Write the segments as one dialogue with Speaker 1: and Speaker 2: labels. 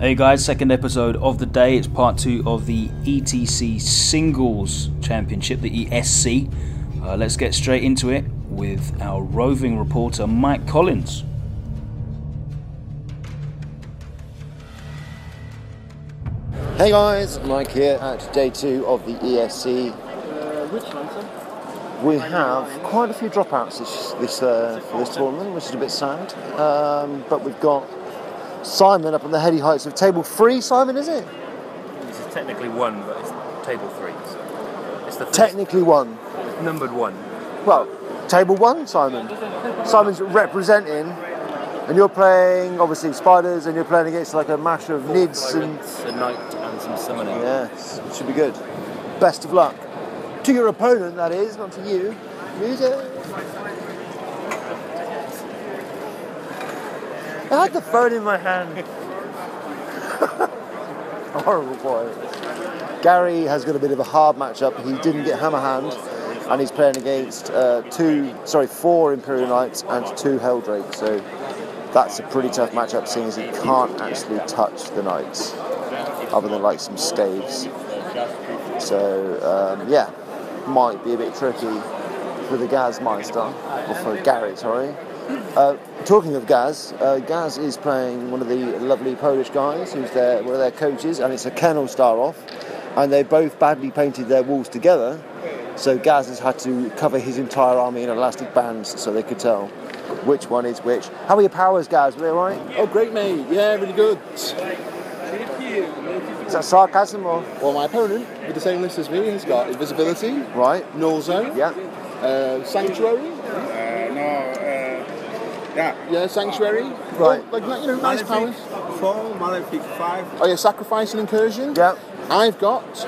Speaker 1: Hey guys, second episode of the day. It's part two of the ETC Singles Championship, the ESC. Uh, let's get straight into it with our roving reporter, Mike Collins.
Speaker 2: Hey guys, Mike here at day two of the ESC. We have quite a few dropouts this this, uh, for this tournament, which is a bit sad. Um, but we've got Simon up on the heady heights of table three. Simon, is it?
Speaker 3: This is technically one, but it's table three. So it's the first,
Speaker 2: Technically one.
Speaker 3: it's numbered one.
Speaker 2: Well, table one, Simon. Simon's representing, and you're playing obviously spiders, and you're playing against like a mash of nids and
Speaker 3: It's a knight and some summoning.
Speaker 2: Yes, should be good. Best of luck. To your opponent, that is, not to you. Music. I had the phone in my hand. Horrible boy. Gary has got a bit of a hard matchup. He didn't get hammer hand, and he's playing against uh, two, sorry, four Imperial Knights and two Helldrakes. So that's a pretty tough matchup, seeing as he can't actually touch the Knights, other than like some staves. So um, yeah, might be a bit tricky for the Gaz Meister, or for Gary, sorry. Uh, talking of Gaz, uh, Gaz is playing one of the lovely Polish guys who's their, one of their coaches, and it's a kennel star off. And they both badly painted their walls together, so Gaz has had to cover his entire army in elastic bands so they could tell which one is which. How are your powers, Gaz? Were they alright?
Speaker 4: Oh, great, mate. Yeah, really good.
Speaker 2: Is that sarcasm or?
Speaker 4: Well, my opponent, with the same list as me, has got Invisibility,
Speaker 2: Right.
Speaker 4: Null Zone,
Speaker 2: Yeah.
Speaker 4: uh, Sanctuary.
Speaker 5: no, uh, yeah.
Speaker 4: Yeah, Sanctuary.
Speaker 2: Right.
Speaker 4: Oh, like, you know, nice powers.
Speaker 5: Malefic 4, Malefic 5.
Speaker 4: Oh, yeah, Sacrifice and Incursion.
Speaker 2: Yeah.
Speaker 4: I've got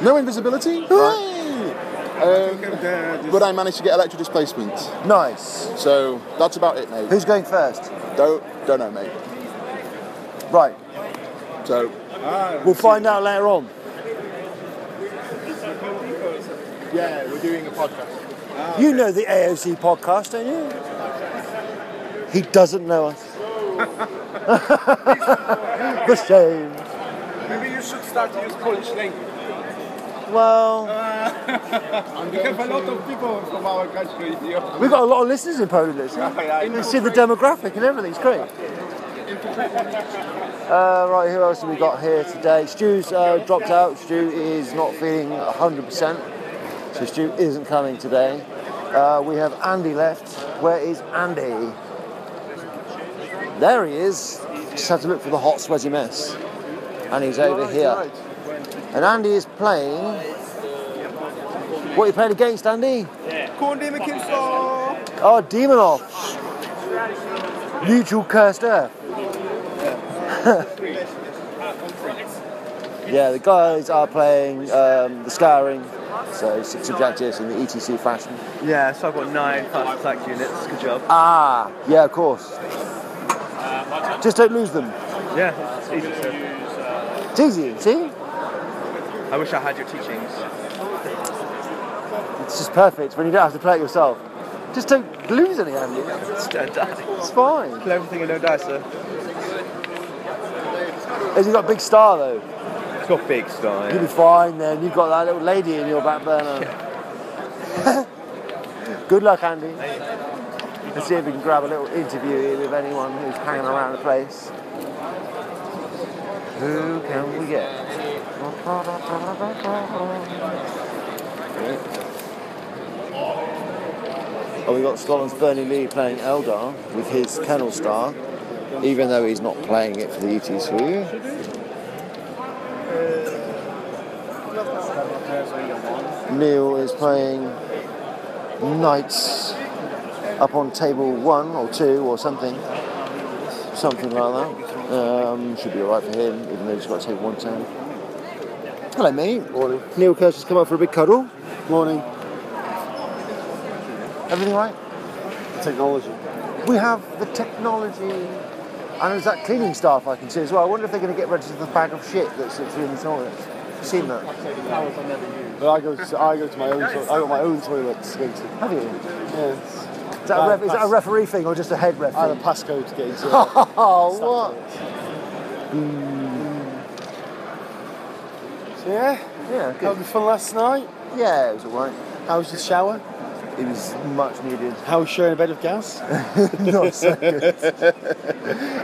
Speaker 4: no Invisibility. Hooray!
Speaker 5: Look at the,
Speaker 4: Um,
Speaker 5: uh, this
Speaker 4: but I managed to get Electro Displacement.
Speaker 2: Nice.
Speaker 4: So that's about it, mate.
Speaker 2: Who's going first?
Speaker 4: Don't, don't know, mate.
Speaker 2: Right.
Speaker 4: So,
Speaker 2: We'll find out later on.
Speaker 4: yeah, we're doing a podcast.
Speaker 2: You know the AOC podcast, don't you? He doesn't know us. the same.
Speaker 5: Maybe you should start to use Polish language.
Speaker 2: Well,
Speaker 5: We have a lot of people from our country here.
Speaker 2: we've got a lot of listeners in Poland. Listen. You can see the demographic and everything. It's great. Uh, right, who else have we got here today? Stu's uh, dropped out. Stu is not feeling 100%, so Stu isn't coming today. Uh, we have Andy left. Where is Andy? There he is. Just had to look for the hot, sweaty mess. And he's over here. And Andy is playing. What are you playing against, Andy?
Speaker 5: Kundi Mikilso!
Speaker 2: Oh, Demonov. Mutual cursed earth. yeah, the guys are playing um, the scouring, so six objectives in the ETC fashion.
Speaker 6: Yeah, so I've got nine fast attack units. Good job.
Speaker 2: Ah, yeah, of course. Just don't lose them.
Speaker 6: Yeah, it's easy.
Speaker 2: It's easy, see?
Speaker 6: I wish I had your teachings.
Speaker 2: It's just perfect when you don't have to play it yourself. Just don't lose any, Andy.
Speaker 6: It's fantastic.
Speaker 2: It's fine.
Speaker 6: Kill everything and no die,
Speaker 5: uh,
Speaker 6: sir.
Speaker 2: Has he got a big star though?
Speaker 6: It's got big style.
Speaker 2: You'll be fine then. You've got that little lady in your back burner. Good luck, Andy. Let's see if we can grab a little interview here with anyone who's hanging around the place. Who can we get? Oh, we got Scotland's Bernie Lee playing Eldar with his Kennel Star, even though he's not playing it for the E ETC. Neil is playing knights up on table one or two or something, something like that. Um, should be alright for him, even though he's got to take one turn. Hello, mate. Morning. Neil Kirsch has come up for a big cuddle. Morning. Everything right?
Speaker 4: Technology.
Speaker 2: We have the technology, and there's that cleaning staff I can see as well. I wonder if they're going to get rid of the bag of shit that's actually in the toilet. Seen that?
Speaker 4: But I go to, I go to my own, to- I got my own toilet to go to.
Speaker 2: Have you?
Speaker 4: Yeah.
Speaker 2: Is that, a
Speaker 4: Uh,
Speaker 2: ref, is that a
Speaker 4: pass.
Speaker 2: referee thing or just a head ref?
Speaker 4: I have
Speaker 2: thing?
Speaker 4: a passcode to get into.
Speaker 2: Oh, what?
Speaker 4: Hmm. So yeah,
Speaker 2: Yeah,
Speaker 4: had
Speaker 2: good.
Speaker 4: having fun last night.
Speaker 2: Yeah, it was alright.
Speaker 4: How was the shower?
Speaker 2: It was much needed.
Speaker 4: How was sharing a bed of gas?
Speaker 2: Not so good. I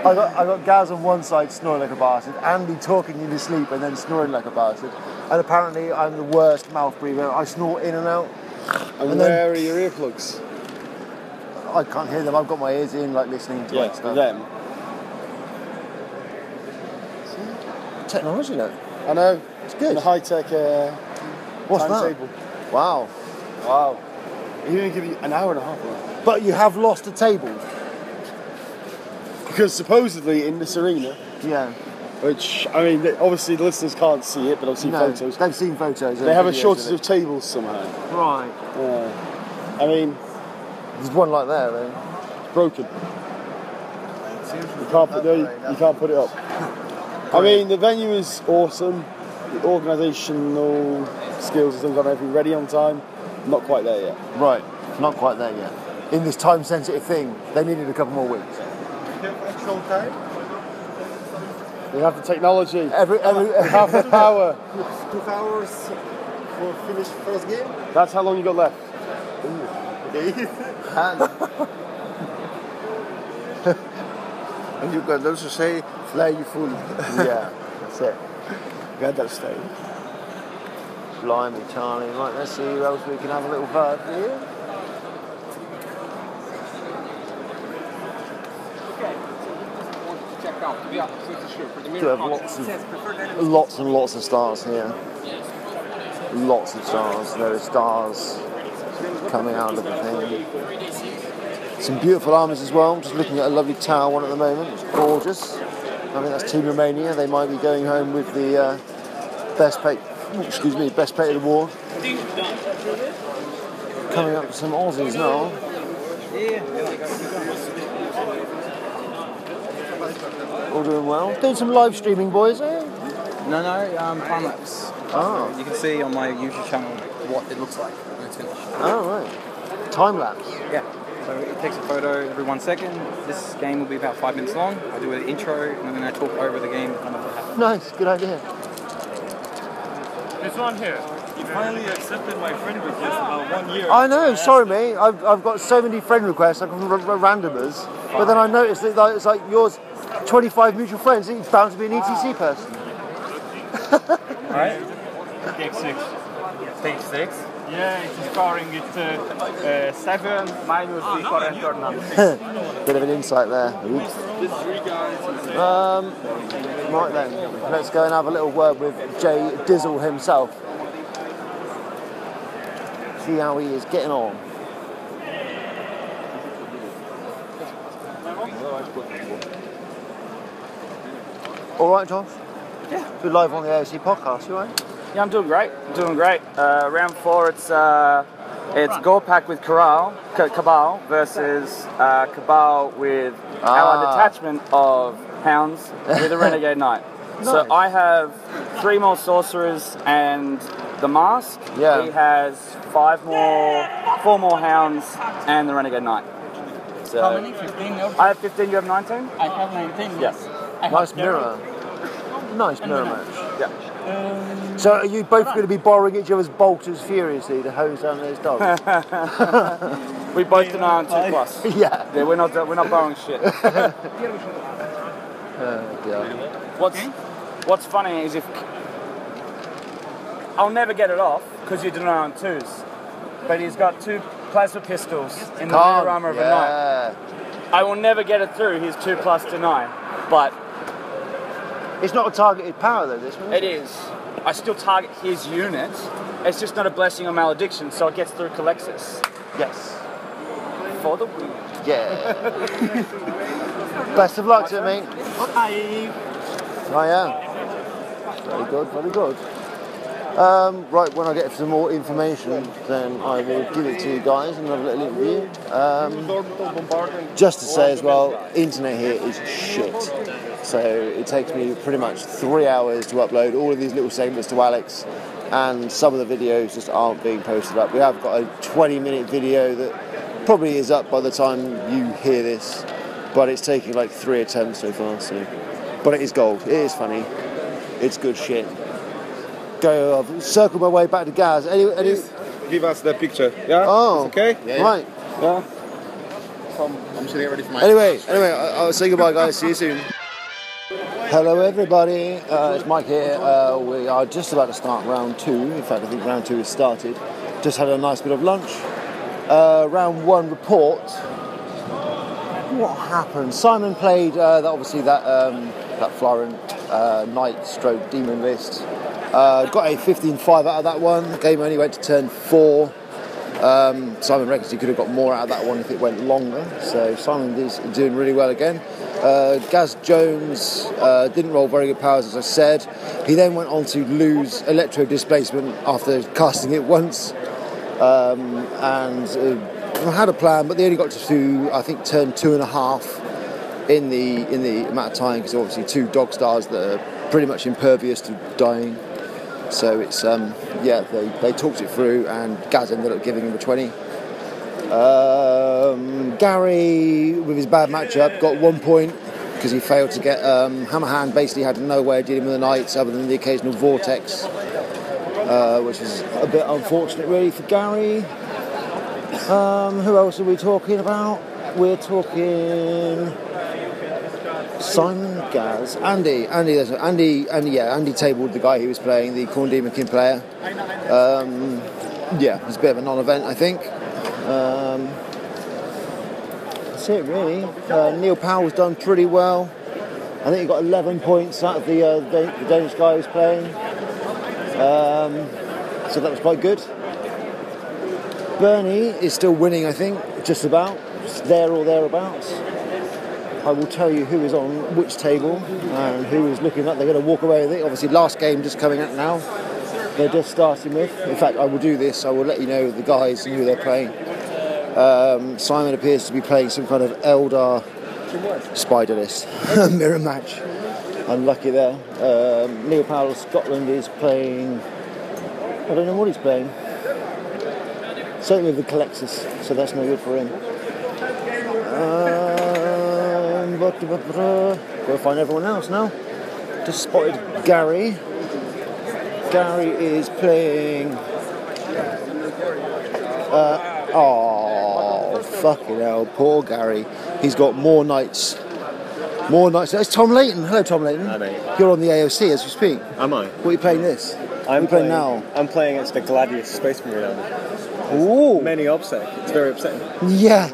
Speaker 2: got I got Gaz on one side snoring like a bastard, Andy talking in his sleep and then snoring like a bastard. And apparently I'm the worst mouth breather. I snore in and out.
Speaker 4: And,
Speaker 2: And then-
Speaker 4: where are your earplugs?
Speaker 2: I can't hear them. I've got my ears in, like listening to like stuff.
Speaker 4: them.
Speaker 2: Technology, look.
Speaker 4: I know.
Speaker 2: It's
Speaker 4: In
Speaker 2: good.
Speaker 4: a high tech uh,
Speaker 2: What's that?
Speaker 4: timetable.
Speaker 2: Wow.
Speaker 4: Wow. You're going to give you an hour and a half. right?
Speaker 2: But you have lost a table.
Speaker 4: Because supposedly in this arena,
Speaker 2: Yeah.
Speaker 4: which, I mean, th- obviously the listeners can't see it, but I've seen
Speaker 2: no,
Speaker 4: photos.
Speaker 2: They've seen photos.
Speaker 4: They have a shortage of tables somehow.
Speaker 2: Right.
Speaker 4: Yeah. I mean,
Speaker 2: There's one like there, though.
Speaker 4: it's broken. You can't put, no, you, you can't put it up. I mean, the venue is awesome. The organisational skills and things like that, everything ready on time. Not quite there yet.
Speaker 2: Right. Not quite there yet. In this time sensitive thing, they needed a couple more weeks.
Speaker 4: We have the technology.
Speaker 2: Every, every,
Speaker 4: We have the power.
Speaker 7: Two hours for finish first game.
Speaker 4: That's how long you got left.
Speaker 7: And you can also say, fly you fool.
Speaker 2: yeah, that's it.
Speaker 7: You understand?
Speaker 2: Blimey, Charlie. Right, let's see who else we can have a little bird here. Do have lots of lots and lots of stars here. Lots of stars. There are stars coming out of the thing. Some beautiful armies as well. I'm just looking at a lovely tower one at the moment. It's gorgeous. I mean that's Team Romania. They might be going home with the uh, best paid, excuse me, best paid award. Coming up with some Aussies now. All doing well. Doing some live streaming, boys. Eh?
Speaker 8: No, no, um, Prime Maps.
Speaker 2: Oh,
Speaker 8: You can see on my YouTube channel what it looks like when it's finished.
Speaker 2: oh right. Time lapse.
Speaker 8: Yeah. So it takes a photo every one second. This game will be about five minutes long. I do an intro and then I talk over the game. and what happened.
Speaker 2: Nice, good idea.
Speaker 6: It's on here. You finally accepted my friend request about one year.
Speaker 2: I know. Sorry, mate. I've, I've got so many friend requests. I've got r- r- randomers, but then I noticed that like, it's like yours. 25 mutual friends, it's bound to be an ETC person.
Speaker 6: Take six.
Speaker 3: Stage six.
Speaker 6: Yeah, it's scoring it uh, uh, seven minus
Speaker 5: Ah,
Speaker 6: three for return number.
Speaker 2: Bit of an insight there. Oops. Um, right then, let's go and have a little word with Jay Dizzle himself. See how he is getting on. All right, Josh.
Speaker 6: Yeah.
Speaker 2: We're live on the AOC podcast, you all right?
Speaker 6: Yeah, I'm doing great. I'm doing great. Uh, round four, it's uh, it's Gorpak with Corral, K- Cabal versus uh, Cabal with our
Speaker 2: Ah.
Speaker 6: detachment of hounds with a Renegade Knight.
Speaker 2: Nice.
Speaker 6: So I have three more sorcerers and the mask.
Speaker 2: Yeah.
Speaker 6: He has five more, four more hounds and the Renegade Knight. So
Speaker 8: How many? 15? No?
Speaker 6: I have 15. You have 19.
Speaker 8: I have 19.
Speaker 6: Yes.
Speaker 8: I
Speaker 2: Nice
Speaker 8: have
Speaker 2: mirror. Nice mirror match.
Speaker 6: Yeah.
Speaker 2: So are you both going to be borrowing each other's bolters furiously to hose down those dogs?
Speaker 6: We both deny on two plus.
Speaker 2: yeah.
Speaker 6: Yeah, we're not we're not borrowing shit. Uh,
Speaker 2: yeah.
Speaker 6: What's
Speaker 9: Hmm?
Speaker 6: What's funny is if I'll never get it off because you deny on twos, but he's got two plasma pistols in the rear armor of
Speaker 2: yeah.
Speaker 6: a knight. I will never get it through his two plus deny, but
Speaker 2: It's not a targeted power though, this one.
Speaker 6: it is. I still target his unit. It's just not a blessing or malediction, so it gets through Calexis
Speaker 2: Yes.
Speaker 6: for the win.
Speaker 2: Yeah. Best of luck to me. I am. Very good, very good. Um, right, when I get some more information, then I will give it to you guys and have a little interview. Um, just to say as well, internet here is shit. So it takes me pretty much three hours to upload all of these little segments to Alex, and some of the videos just aren't being posted up. We have got a 20 minute video that probably is up by the time you hear this, but it's taking like three attempts so far, so But it is gold. It is funny. It's good shit. Go. I've circled my way back to Gaz. Any, any,
Speaker 10: Give us the picture. Yeah?
Speaker 2: oh,
Speaker 10: It's okay?
Speaker 5: Yeah, yeah.
Speaker 2: Right.
Speaker 5: I'm just gonna get ready for my.
Speaker 2: Anyway, anyway, I, I'll say goodbye, guys. See you soon. Hello, everybody. Uh, it's Mike here. Uh, we are just about to start round two. In fact, I think round two has started. Just had a nice bit of lunch. Uh, round one report. What happened? Simon played uh, that obviously that um, that Florent uh, Knight stroke demon list. Uh, got a 15-5 out of that one. game only went to turn four. Um, Simon reckons he could have got more out of that one if it went longer. So Simon is doing really well again. Uh, Gaz Jones uh, didn't roll very good powers, as I said. He then went on to lose electro displacement after casting it once, um, and uh, had a plan, but they only got to I think turn two and a half in the in the amount of time because obviously two dog stars that are pretty much impervious to dying. So it's um, yeah, they, they talked it through, and Gaz ended up giving him a twenty. Um, Gary, with his bad matchup, got one point because he failed to get um, Hammerhand. Basically, had nowhere dealing with the knights other than the occasional vortex, uh, which was a bit unfortunate really for Gary. Um, who else are we talking about? We're talking. Simon Gaz, Andy, Andy, that's- Andy, Andy, yeah, Andy tabled the guy he was playing, the Corn Demon King player. Um, yeah, it's a bit of a non-event, I think. Um, that's it, really. Uh, Neil Powell's done pretty well. I think he got 11 points out of the, uh, Dan- the Danish guy he was playing. Um, so that was quite good. Bernie is still winning, I think, just about, just there or thereabouts. I will tell you who is on which table and who is looking like they're going to walk away with it. Obviously, last game just coming up now. They're just starting with. In fact, I will do this. I will let you know the guys and who they're playing. Um, Simon appears to be playing some kind of Eldar spider list mirror match. Unlucky there. Um, Neil Powell of Scotland is playing. I don't know what he's playing. Certainly with the Colexus, so that's no good for him. Um, but- but- but, uh, Gotta find everyone else now. Just spotted Gary. Gary is playing. Uh, oh, fucking hell, poor Gary. He's got more nights. More nights. That's Tom Layton. Hello, Tom Layton.
Speaker 5: Hi, mate.
Speaker 2: You're on the AOC as we speak.
Speaker 5: Am I?
Speaker 2: What are you playing this? what are you playing now?
Speaker 5: I'm playing against the Gladius Space Marine Army.
Speaker 2: Ooh.
Speaker 5: Many upset. It's very upsetting.
Speaker 2: Yeah.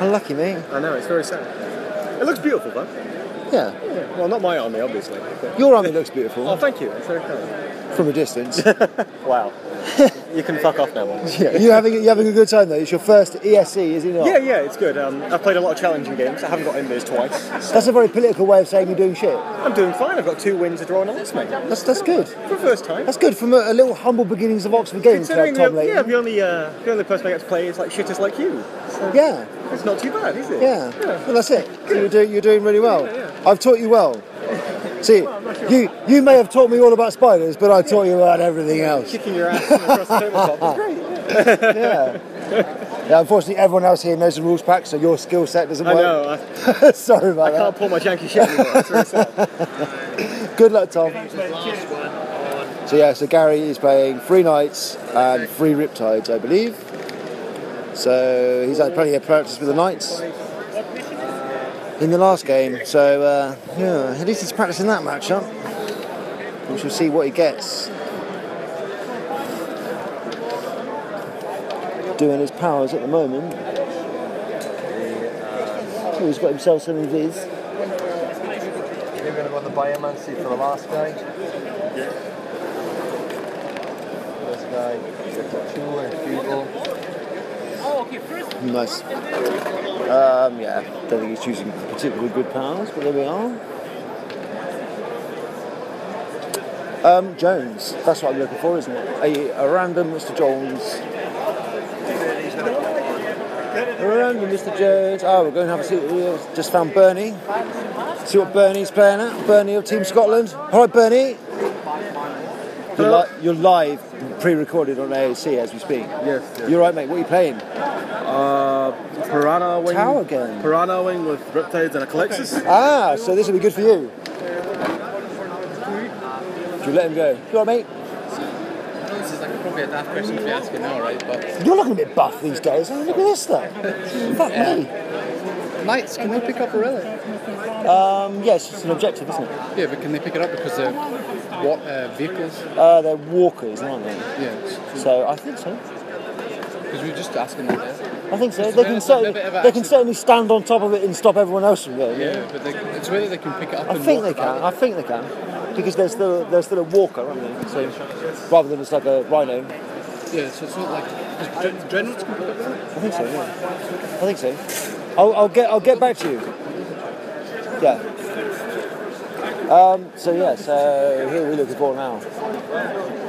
Speaker 2: Unlucky, mate.
Speaker 5: I know. It's very sad. It looks beautiful, though.
Speaker 2: Yeah.
Speaker 5: Well, not my army, obviously. but-
Speaker 2: Your army looks
Speaker 5: Oh,
Speaker 2: beautiful
Speaker 5: thank you. It's very kind.
Speaker 2: from a distance.
Speaker 5: Wow. you can fuck off now, man.
Speaker 2: Yeah, you're having you're having a good time though. It's your first ESE, is it not?
Speaker 5: Yeah, yeah, it's good. Um, I've played a lot of challenging games. I haven't got in these twice.
Speaker 2: That's a very political way of saying you're doing shit.
Speaker 5: I'm doing fine. I've got two wins, a draw, and a loss, mate.
Speaker 2: That's that's good.
Speaker 5: For the first time.
Speaker 2: That's good from a, a little humble beginnings of Oxford Games,
Speaker 5: Considering
Speaker 2: like Tom
Speaker 5: the, yeah,
Speaker 2: Layton.
Speaker 5: the only uh, the only person I get to play is like shitters like you. So
Speaker 2: Yeah,
Speaker 5: It's not too bad, is it?
Speaker 2: yeah. Well, that's it. So you're doing you're doing really well. I've taught you well. See, you you may have taught me all about spiders, but I taught you about everything else.
Speaker 5: Kicking your ass from across the tabletop is great. yeah.
Speaker 2: Yeah. Yeah, unfortunately, everyone else here knows the rules pack, so your skill set doesn't
Speaker 5: I
Speaker 2: work.
Speaker 5: know. I,
Speaker 2: Sorry about
Speaker 5: I can't pull my janky shit anymore. It's really sad.
Speaker 2: that. Good luck, Tom. So yeah, so Gary is playing three knights and three riptides, I believe. So he's had plenty of practice with the knights in the last game. So uh, yeah, at least he's practicing that matchup. We shall see what he gets. Doing his powers at the moment. Oh, he's got himself some of these.
Speaker 4: You're going to run the Biomancy for the last guy. This guy, Tool and Feeble.
Speaker 2: Nice. Um, yeah, don't think he's choosing particularly good powers, but there we are. Um, Jones, that's what I'm looking for, isn't it? A, a random Mr. Jones. A random Mr. Jones. Oh, we're going to have a see. we Just found Bernie. See what Bernie's playing at. Bernie of Team Scotland. All right, Bernie. You're, li- you're live, pre-recorded on AOC as we speak.
Speaker 10: Yes.
Speaker 2: You're right, mate. What are you playing?
Speaker 10: Uh,
Speaker 3: Piranha wing.
Speaker 2: Tower game.
Speaker 3: Piranha wing with Riptides and a Calexis.
Speaker 2: Ah, so this will be good for you. Do you let him go? You all right, mate?
Speaker 11: This is like probably a daft question to be asking now, right? But
Speaker 2: You're looking a bit buff these days. I mean, look at this though. Fuck me.
Speaker 11: knights, can they pick up a relic?
Speaker 2: Um, yes, it's an objective, isn't it?
Speaker 11: Yeah, but can they pick it up because they're what uh, vehicles?
Speaker 2: Uh, they're walkers, aren't they?
Speaker 11: Yeah,
Speaker 2: So I think so.
Speaker 11: because we were just asking that. there.
Speaker 2: I think so.
Speaker 11: It's
Speaker 2: They
Speaker 11: a bit-
Speaker 2: can
Speaker 11: it's a
Speaker 2: certainly
Speaker 11: bit of
Speaker 2: they can
Speaker 11: action.
Speaker 2: certainly stand on top of it and stop everyone else from going.
Speaker 11: Yeah, but they, it's whether they can pick it up.
Speaker 2: I
Speaker 11: and
Speaker 2: think they
Speaker 11: walk
Speaker 2: can. I
Speaker 11: about.
Speaker 2: think they can because they're still they're still a walker, aren't they? So rather than just like a rhino,
Speaker 11: Yeah, so it's not like because gen- generals can pick up
Speaker 2: I think
Speaker 11: relic.
Speaker 2: so. Yeah, I think so. I'll, I'll get I'll get back to you. Yeah. Um, so yeah, so here we're looking for now.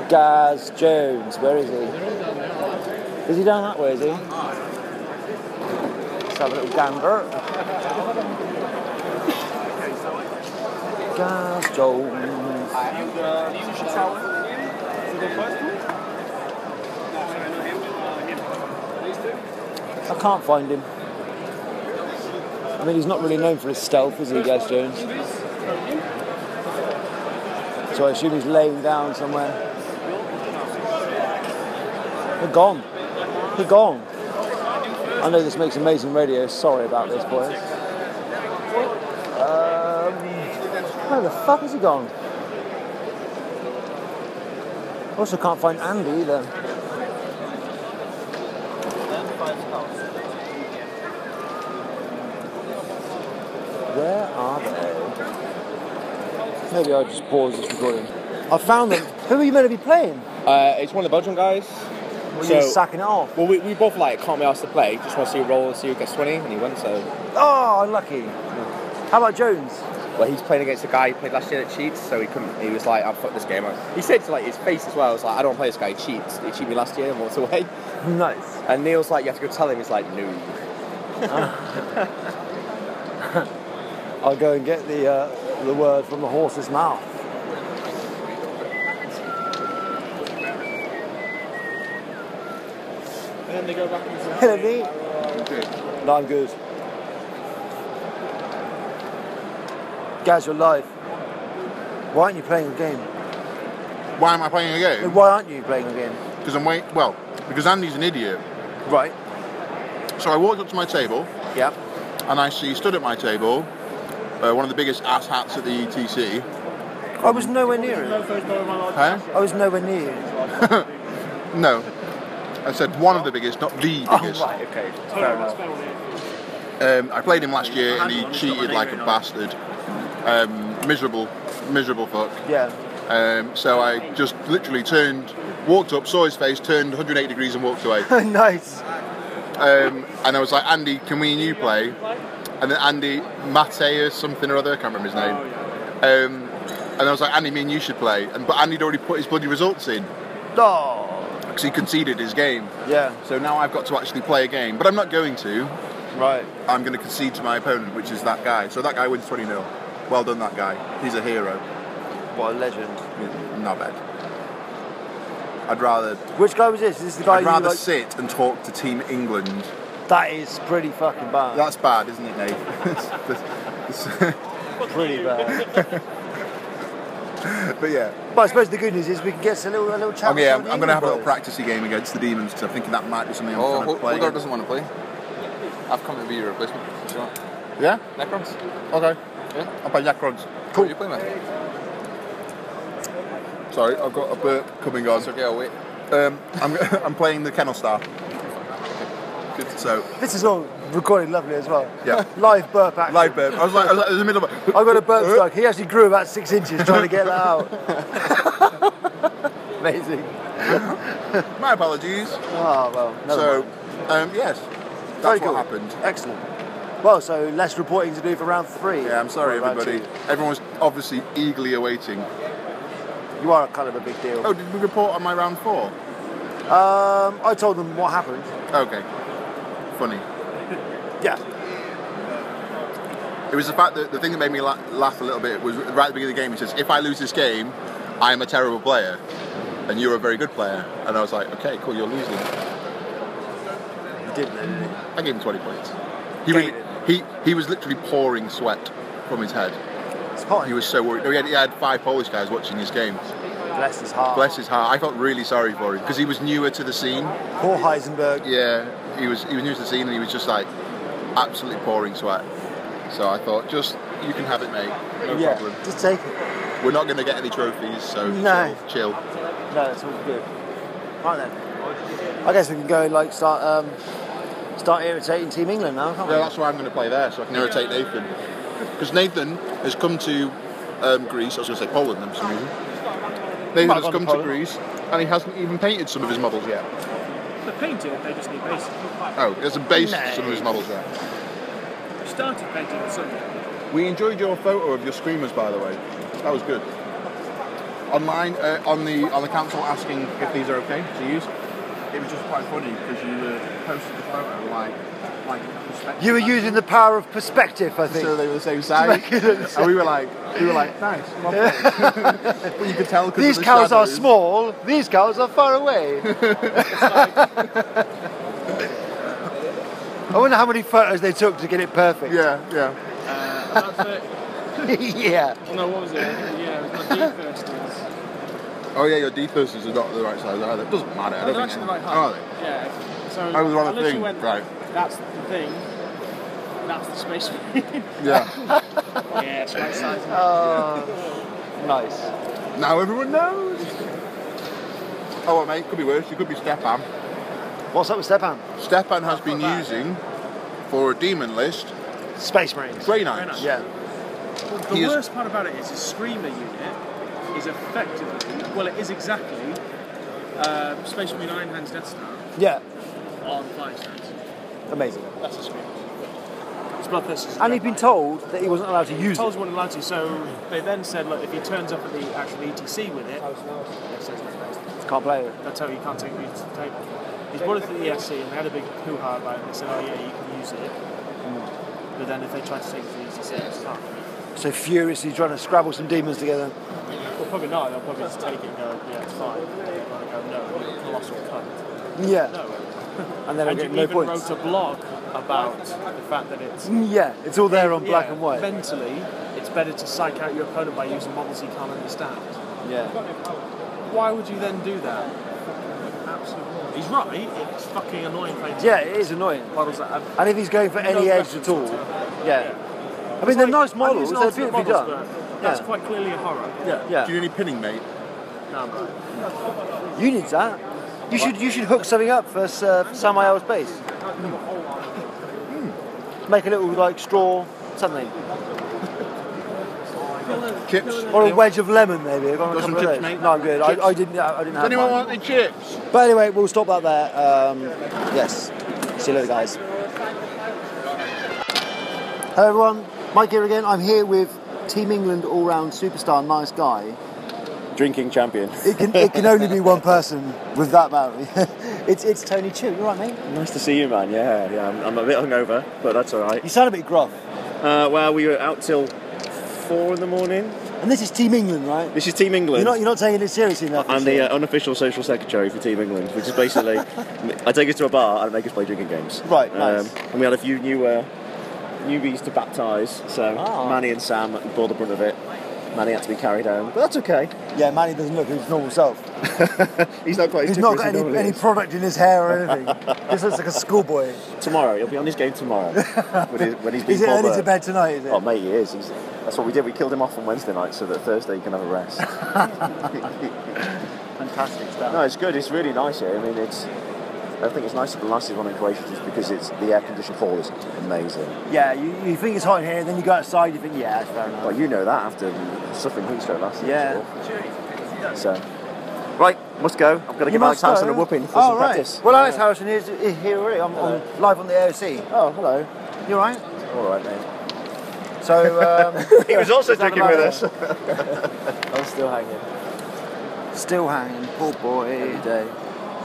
Speaker 2: Gaz Jones, where is he? Is he down that way? Is he? Let's have a little gander. Gaz Jones. I can't find him. I mean, he's not really known for his stealth, is he, Gaz Jones? So I assume he's laying down somewhere. They're gone. They're gone. I know this makes amazing radio. Sorry about this, boys. Um, where the fuck has he gone? Also can't find Andy either. Where are they? Maybe I'll just pause this recording. I found them. Who are you meant to be playing?
Speaker 3: Uh, it's one of the Belgian guys.
Speaker 2: Were
Speaker 3: So-
Speaker 2: you sacking it off?
Speaker 3: Well, we, we both like can't be asked to play. Just want to see a roll and see who gets 20, and he went. So,
Speaker 2: Oh, lucky. How about Jones?
Speaker 3: well, he's playing against a guy he played last year that cheats, so he couldn't. He was like, "I fuck this game." up." He said to like his face as well, "It's like I don't play this guy. He cheats. He cheated me last year and walked away."
Speaker 2: Nice.
Speaker 3: And Neil's like, "You have to go tell him." He's like, "No."
Speaker 2: I'll go and get the uh, the word from the horse's mouth.
Speaker 3: And they go back and
Speaker 2: Hello, mate. No, I'm good. Guys, you're live. Why aren't you playing a game?
Speaker 4: Why am I playing a
Speaker 2: No,
Speaker 4: game?
Speaker 2: Why aren't you playing a game?
Speaker 4: Because I'm wait. Well, because Andy's an idiot.
Speaker 2: Right.
Speaker 4: So I walked up to my table.
Speaker 2: Yep.
Speaker 4: And I see stood at my table, uh, one of the biggest ass hats at the E ETC.
Speaker 2: I was nowhere near it.
Speaker 4: Huh?
Speaker 2: I was nowhere near it.
Speaker 4: No. I said one of the biggest, not the biggest.
Speaker 2: Oh, right,
Speaker 3: okay.
Speaker 4: Um, I played him last year and he cheated like a bastard. Um, miserable, miserable fuck.
Speaker 2: Yeah.
Speaker 4: Um, so I just literally turned, walked up, saw his face, turned 180 degrees and walked away.
Speaker 2: nice.
Speaker 4: Um, and I was like, Andy, can we and you play? And then Andy Mateus something or other, I can't remember his name. Um, and I was like, Andy, me and you should play. And but Andy'd already put his bloody results in
Speaker 2: No.
Speaker 4: because he conceded his game.
Speaker 2: Yeah.
Speaker 4: So now I've got to actually play a game, but I'm not going to.
Speaker 2: Right.
Speaker 4: I'm going to concede to my opponent, which is that guy. So that guy wins 20 0. Well done, that guy. He's a hero.
Speaker 2: What a legend.
Speaker 4: Not bad. I'd rather.
Speaker 2: Which guy was this? Is this the guy
Speaker 4: I'd
Speaker 2: you
Speaker 4: rather
Speaker 2: like-
Speaker 4: sit and talk to Team England.
Speaker 2: That is pretty fucking bad.
Speaker 4: That's bad, isn't it, Nate? It's- it's-
Speaker 2: pretty bad.
Speaker 4: but yeah.
Speaker 2: But I suppose the good news is we can get a little a little chat.
Speaker 4: Oh,
Speaker 2: with
Speaker 4: yeah, I'm,
Speaker 2: some
Speaker 4: going to have a little
Speaker 2: boys.
Speaker 4: practice game against the demons because I'm thinking that might be something I'm
Speaker 11: Oh,
Speaker 4: trying to
Speaker 11: Hul-
Speaker 4: play.
Speaker 11: Hulgar doesn't want to play. I've come to be your replacement. Do you want
Speaker 4: Yeah.
Speaker 11: Necrons?
Speaker 4: Okay.
Speaker 11: Yeah.
Speaker 4: I'll play Yakrons.
Speaker 11: Cool. You play, mate?
Speaker 4: Sorry, I've got a burp coming on.
Speaker 11: It's okay. I'll wait.
Speaker 4: Um, I'm, I'm playing the Kennel Star. So
Speaker 2: This is all recorded lovely as well.
Speaker 4: yeah,
Speaker 2: Live burp action.
Speaker 4: live Uh-huh. burp. I was like, I was like in the middle. Of,
Speaker 2: I got a burp stuck. He actually grew about six inches trying to get that out. Amazing.
Speaker 4: my apologies.
Speaker 2: Oh well. never
Speaker 4: so,
Speaker 2: mind.
Speaker 4: um, yes,
Speaker 2: Very
Speaker 4: that's
Speaker 2: good.
Speaker 4: what happened.
Speaker 2: Excellent. Well, so less reporting to do for round three.
Speaker 4: Yeah, I'm sorry,
Speaker 2: Or round
Speaker 4: everybody. Everyone's obviously eagerly awaiting.
Speaker 2: two. You are kind of a big deal.
Speaker 4: Oh, did we report on my round four?
Speaker 2: Um, I told them what happened.
Speaker 4: Okay, funny.
Speaker 2: Yeah.
Speaker 4: It was the fact that the thing that made me la- laugh a little bit was right at the beginning of the game. He says, "If I lose this game, I am a terrible player, and you're a very good player." And I was like, "Okay, cool, you're losing." He didn't, did he? I gave him 20 points. He really, he, he was literally pouring sweat from his head. It's hot. He was so worried. No, he had, he had five Polish guys watching his game.
Speaker 2: Bless his heart.
Speaker 4: Bless his heart. I felt really sorry for him because he was newer to the scene.
Speaker 2: Poor Heisenberg.
Speaker 4: Yeah, he was he was new to the scene and he was just like absolutely pouring sweat. So I thought, just you can have it, mate. No
Speaker 2: yeah,
Speaker 4: problem.
Speaker 2: just take it.
Speaker 4: We're not going to get any trophies, so
Speaker 2: No.
Speaker 4: chill. chill.
Speaker 2: No, it's all good. Right then. I guess we can go and like start um, start irritating Team England now, can't we?
Speaker 4: Yeah, that's why I'm going to play there, so I can irritate Nathan. Because Nathan has come to um, Greece, I was going to say Poland then for some reason. Nathan
Speaker 5: Might
Speaker 4: has
Speaker 5: have gone
Speaker 4: come
Speaker 5: to
Speaker 4: to Greece and he hasn't even painted some of his models yet.
Speaker 5: They painted, they just need base.
Speaker 4: Oh, there's a base
Speaker 5: No.
Speaker 4: some of his models there.
Speaker 5: We started painting on Sunday.
Speaker 4: We enjoyed your photo of your screamers, by the way. That was good. Online, uh, on the on the council asking if these are okay to use.
Speaker 12: It was just quite funny because you were posted the photo like, like perspective.
Speaker 2: You were using the power of perspective, I think.
Speaker 4: So they were the same size,
Speaker 2: make it look the
Speaker 4: and we were
Speaker 2: same.
Speaker 4: like, we were like, nice. well played." but you could tell 'cause of
Speaker 2: These
Speaker 4: the
Speaker 2: cows are
Speaker 4: shadows.
Speaker 2: small, these cows are far away. I wonder how many photos they took to get it perfect.
Speaker 4: Yeah, yeah.
Speaker 5: Uh, that's
Speaker 2: it. yeah.
Speaker 5: No, what was it? Yeah, it was my deep first ones.
Speaker 4: Oh yeah, your defenses are not the right size either. It doesn't matter. I
Speaker 5: They're
Speaker 4: don't
Speaker 5: actually
Speaker 4: think
Speaker 5: the
Speaker 4: they-
Speaker 5: right height.
Speaker 4: Are they?
Speaker 5: Yeah. So
Speaker 4: I was on
Speaker 5: I
Speaker 4: a
Speaker 5: literally
Speaker 4: thing,
Speaker 5: went,
Speaker 4: right?
Speaker 5: That's the thing. That's the space.
Speaker 4: Yeah.
Speaker 5: yeah, it's my size.
Speaker 2: nice.
Speaker 4: Now everyone knows. Oh, well, mate, could be worse. You could be Stepan.
Speaker 2: What's up with Stepan?
Speaker 4: Stepan has been using for a demon list.
Speaker 2: Space Marines.
Speaker 4: Grey
Speaker 5: Grey
Speaker 4: Knights.
Speaker 5: Knights.
Speaker 2: Yeah.
Speaker 5: Well, the
Speaker 4: He is-
Speaker 5: worst part about it is his screamer unit is effectively, well, it is exactly uh, Space Marine Iron Hands Death Star
Speaker 2: Yeah,
Speaker 5: on flying stars.
Speaker 2: amazing.
Speaker 5: That's a screamer. It's Bloodthirst. is-
Speaker 2: And he'd been told that he wasn't allowed to use
Speaker 5: Told
Speaker 2: it.
Speaker 5: you wasn't allowed to, so they then said, look, if he turns up at the actual ETC with it, it says it's based.
Speaker 2: Can't play it.
Speaker 5: That's how you can't take it to the table. He's brought it to the ESC and they had a big hoo ha about it and they said, oh yeah, you can use it.
Speaker 2: Mm.
Speaker 5: But then if they tried to take it to the ETC, it's not.
Speaker 2: So furiously trying to scrabble some demons together.
Speaker 5: Well, probably not. They'll probably just take it and go, yeah, it's fine. They're going to go, no, you're colossal cunt.
Speaker 2: Yeah.
Speaker 5: No.
Speaker 2: And then I'll
Speaker 5: you
Speaker 2: get no
Speaker 5: even
Speaker 2: points.
Speaker 5: wrote a blog about the fact that it's...
Speaker 2: Mm, Yeah, it's all there on black
Speaker 5: Yeah,
Speaker 2: and white.
Speaker 5: Mentally, it's better to psych out your opponent by using models he can't understand.
Speaker 2: Yeah.
Speaker 5: Why would you then do that? Absolutely. He's right. It's fucking annoying playing.
Speaker 2: Yeah, it is annoying.
Speaker 5: Models that have
Speaker 2: And if he's going for any
Speaker 5: No
Speaker 2: edge at all, yeah. I mean,
Speaker 5: It's
Speaker 2: they're
Speaker 5: like-
Speaker 2: nice
Speaker 5: I think
Speaker 2: models,
Speaker 5: it's an
Speaker 2: they're
Speaker 5: alternate
Speaker 2: beautifully
Speaker 5: models,
Speaker 2: done.
Speaker 5: but That's
Speaker 2: Yeah.
Speaker 5: quite clearly a horror.
Speaker 2: Yeah. Yeah. Do
Speaker 4: you need any pinning, mate?
Speaker 5: No, bro.
Speaker 2: You need that. You should you should hook something up for S- uh, for Samael's base. Hmm. Make a little like straw something.
Speaker 4: Chips.
Speaker 2: Or a wedge of lemon maybe. I've got a
Speaker 4: Got some
Speaker 2: couple of
Speaker 4: chips,
Speaker 2: those.
Speaker 4: mate?
Speaker 2: No, I'm good.
Speaker 4: Chips?
Speaker 2: I, I didn't. I I didn't
Speaker 4: Does
Speaker 2: have.
Speaker 4: anyone
Speaker 2: mine.
Speaker 4: want any chips?
Speaker 2: But anyway, we'll stop that there. Um, yes. See you later, guys. Hello, everyone. Mike here again. I'm here with Team England all-round superstar, nice guy.
Speaker 6: Drinking champion.
Speaker 2: It can, it can only be one person with that amount. it's, it's Tony Chu. You're right, mate.
Speaker 6: Nice to see you, man. Yeah, yeah. I'm, I'm a bit hungover, but that's all right.
Speaker 2: You sound a bit gruff.
Speaker 6: Uh, well, we were out till four in the morning.
Speaker 2: And this is Team England, right?
Speaker 6: This is Team England.
Speaker 2: You're not, you're not taking it seriously enough.
Speaker 6: I'm
Speaker 2: is
Speaker 6: the
Speaker 2: it?
Speaker 6: uh, unofficial social secretary for Team England, which is basically I take us to a bar and make us play drinking games. Um,
Speaker 2: Right, nice.
Speaker 6: and we had a few new uh, newbies to baptise, so
Speaker 2: Ah.
Speaker 6: Manny and Sam bore the brunt of it. Manny had to be carried home, but that's okay.
Speaker 2: Yeah, Manny doesn't look his normal self.
Speaker 6: He's not quite. as
Speaker 2: He's not
Speaker 6: tipsy
Speaker 2: got
Speaker 6: as he
Speaker 2: any,
Speaker 6: normally
Speaker 2: any
Speaker 6: is.
Speaker 2: product in his hair or anything. Just looks like a schoolboy.
Speaker 6: Tomorrow, he'll be on his game tomorrow. when he's, when he's been
Speaker 2: Is it
Speaker 6: proper-
Speaker 2: early to bed tonight, is it?
Speaker 6: Oh, mate, he is. He's, that's what we did. We killed him off on Wednesday night so that Thursday he can have a rest.
Speaker 2: Fantastic stuff.
Speaker 6: no, it's good. It's really nice here. I mean, it's. I think it's nicer than the nicest one in Croatia just because it's the air conditioned hall is amazing.
Speaker 2: Yeah, you, you think it's hot in here, then you go outside, you think, yeah, that's fair enough.
Speaker 6: Well, you know that after suffering heat stroke last year.
Speaker 2: Yeah.
Speaker 6: it's awful. So, right, must go. I've got to give Alex Harrison a whooping for
Speaker 2: oh,
Speaker 6: some
Speaker 2: right.
Speaker 6: practice.
Speaker 2: Well, Alex Harrison is, is here already. I'm,
Speaker 6: Hello.
Speaker 2: I'm live on the AOC.
Speaker 6: Oh, hello.
Speaker 2: You alright?
Speaker 6: All right, mate.
Speaker 2: So, um,
Speaker 6: he was also
Speaker 2: is that
Speaker 6: drinking with
Speaker 2: about
Speaker 6: us. I'm still hanging.
Speaker 2: it? Still hanging, poor boy. Every day.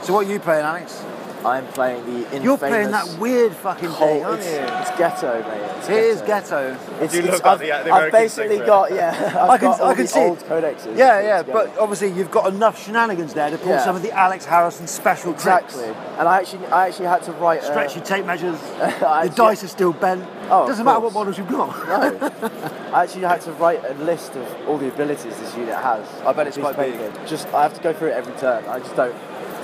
Speaker 2: So, what are you playing, Alex?
Speaker 5: I'm playing the infamous.
Speaker 2: You're playing that weird fucking thing,
Speaker 5: Col-
Speaker 2: aren't
Speaker 5: it's,
Speaker 2: you?
Speaker 5: it's ghetto, mate. It's
Speaker 2: It is
Speaker 5: ghetto. It's,
Speaker 2: You
Speaker 5: it's-
Speaker 2: look like
Speaker 5: I've,
Speaker 2: the- the
Speaker 5: I've
Speaker 2: American
Speaker 5: basically
Speaker 2: thing,
Speaker 5: got
Speaker 2: right?
Speaker 5: yeah.
Speaker 2: I
Speaker 5: I've
Speaker 2: can-
Speaker 5: got all
Speaker 2: I can
Speaker 5: the
Speaker 2: see it.
Speaker 5: old codexes.
Speaker 2: Yeah,
Speaker 5: put
Speaker 2: yeah,
Speaker 5: together.
Speaker 2: but obviously you've got enough shenanigans there to pull
Speaker 5: Yeah.
Speaker 2: some of the Alex Harrison special tricks.
Speaker 5: Exactly. And I actually, I actually had to write. a-
Speaker 2: Stretch your tape measures.
Speaker 5: I
Speaker 2: the
Speaker 5: actually-
Speaker 2: dice are still bent.
Speaker 5: Oh,
Speaker 2: Doesn't
Speaker 5: of
Speaker 2: matter
Speaker 5: course.
Speaker 2: what models you've got.
Speaker 5: No. I actually had to write a list of all the abilities this unit has.
Speaker 2: I bet it's
Speaker 5: Piece of
Speaker 2: quite big.
Speaker 5: paper. Just I have to go through it every turn. I just don't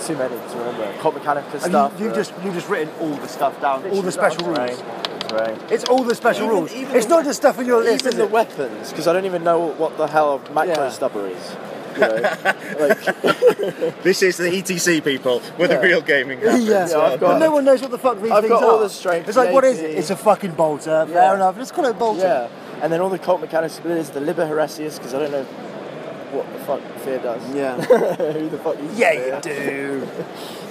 Speaker 5: too many to remember. Cop mechanica
Speaker 2: And
Speaker 5: stuff.
Speaker 2: you, you've
Speaker 5: uh,
Speaker 2: just you've just written all the stuff down, all the
Speaker 5: Literally,
Speaker 2: special
Speaker 5: that's
Speaker 2: rules.
Speaker 5: right.
Speaker 2: It's all the special
Speaker 5: Even-
Speaker 2: rules.
Speaker 5: even
Speaker 2: it's
Speaker 5: the-
Speaker 2: not just stuff in your list.
Speaker 5: Even
Speaker 2: is
Speaker 5: the
Speaker 2: it?
Speaker 5: weapons, because I don't even know what the hell macro
Speaker 2: Yeah.
Speaker 5: stubber is. You know?
Speaker 9: This is the ETC people, where
Speaker 5: Yeah.
Speaker 9: the real gaming happens.
Speaker 2: Yeah,
Speaker 9: Well
Speaker 2: but
Speaker 9: done.
Speaker 2: no one knows what the fuck these
Speaker 5: I've
Speaker 2: things
Speaker 5: got
Speaker 2: are.
Speaker 5: all the strength
Speaker 2: It's like, what is it?
Speaker 5: 80.
Speaker 2: It's a fucking bolter. Fair enough. Let's call it a bolter.
Speaker 5: Yeah. And then all the cult mechanics abilities, the Liber Heresius, because I don't know what the fuck fear does.
Speaker 2: Yeah.
Speaker 5: Who the fuck uses
Speaker 2: Yeah,
Speaker 5: fear?
Speaker 2: you do.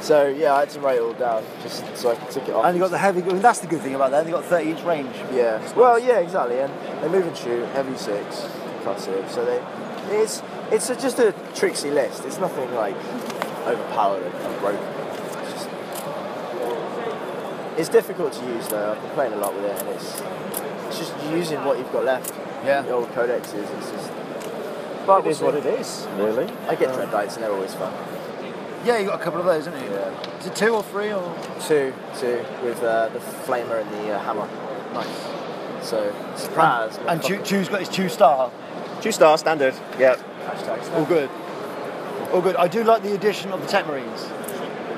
Speaker 5: so yeah, I had to write it all down just so I could tick it off.
Speaker 2: And you got the heavy. I mean, that's the good thing about that. They got 30 inch range.
Speaker 5: Yeah. Well, yeah, exactly. And they move and shoot, heavy six, cut six. So they, it's it's a, just a tricksy list. It's nothing like overpowered and broken. It's, just, it's difficult to use though. I've been playing a lot with it, and it's it's just using what you've got left. Yeah. The old codexes. It's just. But
Speaker 2: It is what it is.
Speaker 5: Really. I get
Speaker 2: Um,
Speaker 5: dread dice, and they're always fun.
Speaker 2: Yeah, you got a couple of those, haven't you?
Speaker 5: Yeah.
Speaker 2: Is it two or three or?
Speaker 5: Two, two with uh, the flamer and the uh, hammer. Nice. So surprise.
Speaker 2: And Chew,
Speaker 5: motherfucker.
Speaker 2: Chew's got his Chew star.
Speaker 9: Two star standard. Yeah.
Speaker 2: All good. All good. I do like the addition of the Tech Marines.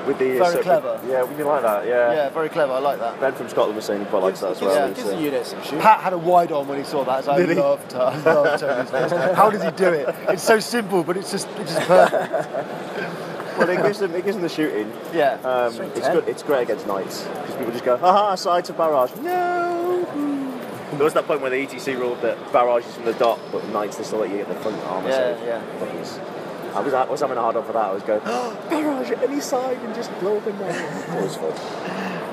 Speaker 9: With the uh,
Speaker 2: Very clever.
Speaker 9: Yeah, we do like that.
Speaker 2: Yeah, very clever. I like that.
Speaker 9: Ben from Scotland was saying he quite likes that as
Speaker 2: Pat had a wide on when he saw that. So I
Speaker 9: Did he?
Speaker 2: loved her. I loved Tony's face. How does he do it? It's so simple, but it's just it's just perfect.
Speaker 9: well, it gives them it gives them the shooting.
Speaker 2: Yeah.
Speaker 9: Um,
Speaker 2: Straight
Speaker 9: it's
Speaker 2: ten.
Speaker 9: good. It's great against knights because people just go, haha, side to barrage. No. There was that point where the ETC ruled that barrage is from the dot, but with knights they still let you get the front armor.
Speaker 5: Yeah,
Speaker 9: save.
Speaker 5: yeah.
Speaker 9: Fucking s- I was, I was having a hard on for that. I was going, "Ah, barrage at any side and just blow them down. It was fun.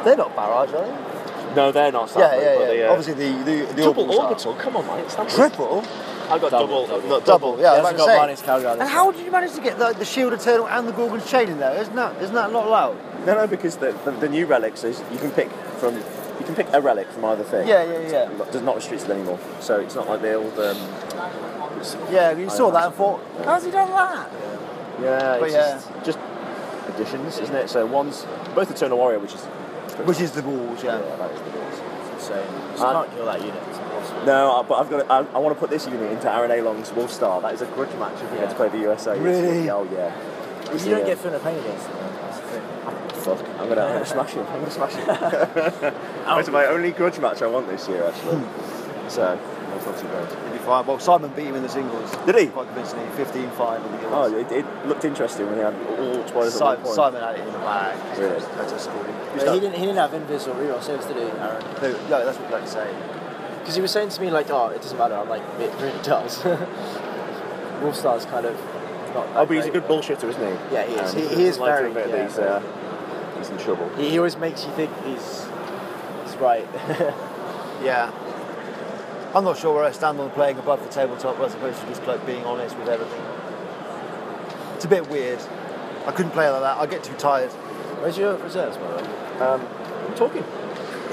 Speaker 2: They're not barrage, are they?
Speaker 9: No, they're not.
Speaker 2: Yeah,
Speaker 9: sadly,
Speaker 2: yeah,
Speaker 9: but
Speaker 2: yeah.
Speaker 9: they, uh,
Speaker 2: Obviously, the the, the
Speaker 9: double
Speaker 2: orbitals are.
Speaker 9: orbital. Come on, mate. Stop it.
Speaker 2: Triple?
Speaker 9: I got double. Double. no,
Speaker 2: Double, yeah, I was about to say.
Speaker 9: Calgary.
Speaker 2: And how did you manage to get the, the Shield Eternal and the Gorgon's Chain in there? Isn't that, isn't that not allowed?
Speaker 9: No, no, because the, the, the new relics is you can pick from you can pick a relic from either thing.
Speaker 2: Yeah, yeah, yeah.
Speaker 9: It does not restricted anymore, so it's not like the old. Um, it's-
Speaker 2: Yeah, you saw
Speaker 9: I-
Speaker 2: that and thought, how's he done that?
Speaker 9: Yeah,
Speaker 2: But
Speaker 9: it's
Speaker 2: yeah.
Speaker 9: Just, just additions, isn't it? So one's both Eternal Warrior, which is
Speaker 2: Which is the balls, yeah.
Speaker 9: that is the balls. It's insane.
Speaker 5: Just can't kill that unit. It's impossible.
Speaker 9: No, I- but I've got. I, I want to put this unit into Aaron A. Long's Wolf Star. That is a grudge match if we get to play the USA. It's-
Speaker 5: Really?
Speaker 9: Oh yeah. It's,
Speaker 5: You don't
Speaker 9: uh,
Speaker 5: get through in a pain against them. That's the thing.
Speaker 9: Fuck, I'm gonna, I'm gonna smash him. I'm gonna smash him.
Speaker 5: Oh.
Speaker 9: It's my only grudge match I want this year, actually.
Speaker 5: Hmm.
Speaker 9: so, that's not too bad.
Speaker 2: It'd be fine. Well, Simon beat him in the singles.
Speaker 9: Did he?
Speaker 2: Quite convincingly, 15 5 in the games.
Speaker 9: Oh, it, it looked interesting when he had all twice at one
Speaker 2: Simon,
Speaker 9: point.
Speaker 2: Simon had it in the bag.
Speaker 9: Really?
Speaker 2: I just scored him.
Speaker 5: But he didn't. He didn't have invis or reroll saves to do, Aaron.
Speaker 2: No, no, that's what I'd say.
Speaker 5: Because he was saying to me like, "Oh, it doesn't matter." I'm like, "It really does." Wolfstar's kind of not.
Speaker 9: Oh, but he's a good bullshitter, isn't he?
Speaker 5: Yeah, he is.
Speaker 9: Aaron?
Speaker 5: He- he is
Speaker 9: Um, Like to
Speaker 5: very-
Speaker 9: admit that
Speaker 5: yeah.
Speaker 9: He's, uh, he's in trouble.
Speaker 5: He, he always makes you think he's he's right.
Speaker 2: Yeah. I'm not sure where I stand on playing above the tabletop as opposed to just like being honest with everything. It's a bit weird. I couldn't play like that. I get too tired.
Speaker 5: Where's your reserves, by the way?
Speaker 9: Um, I'm talking.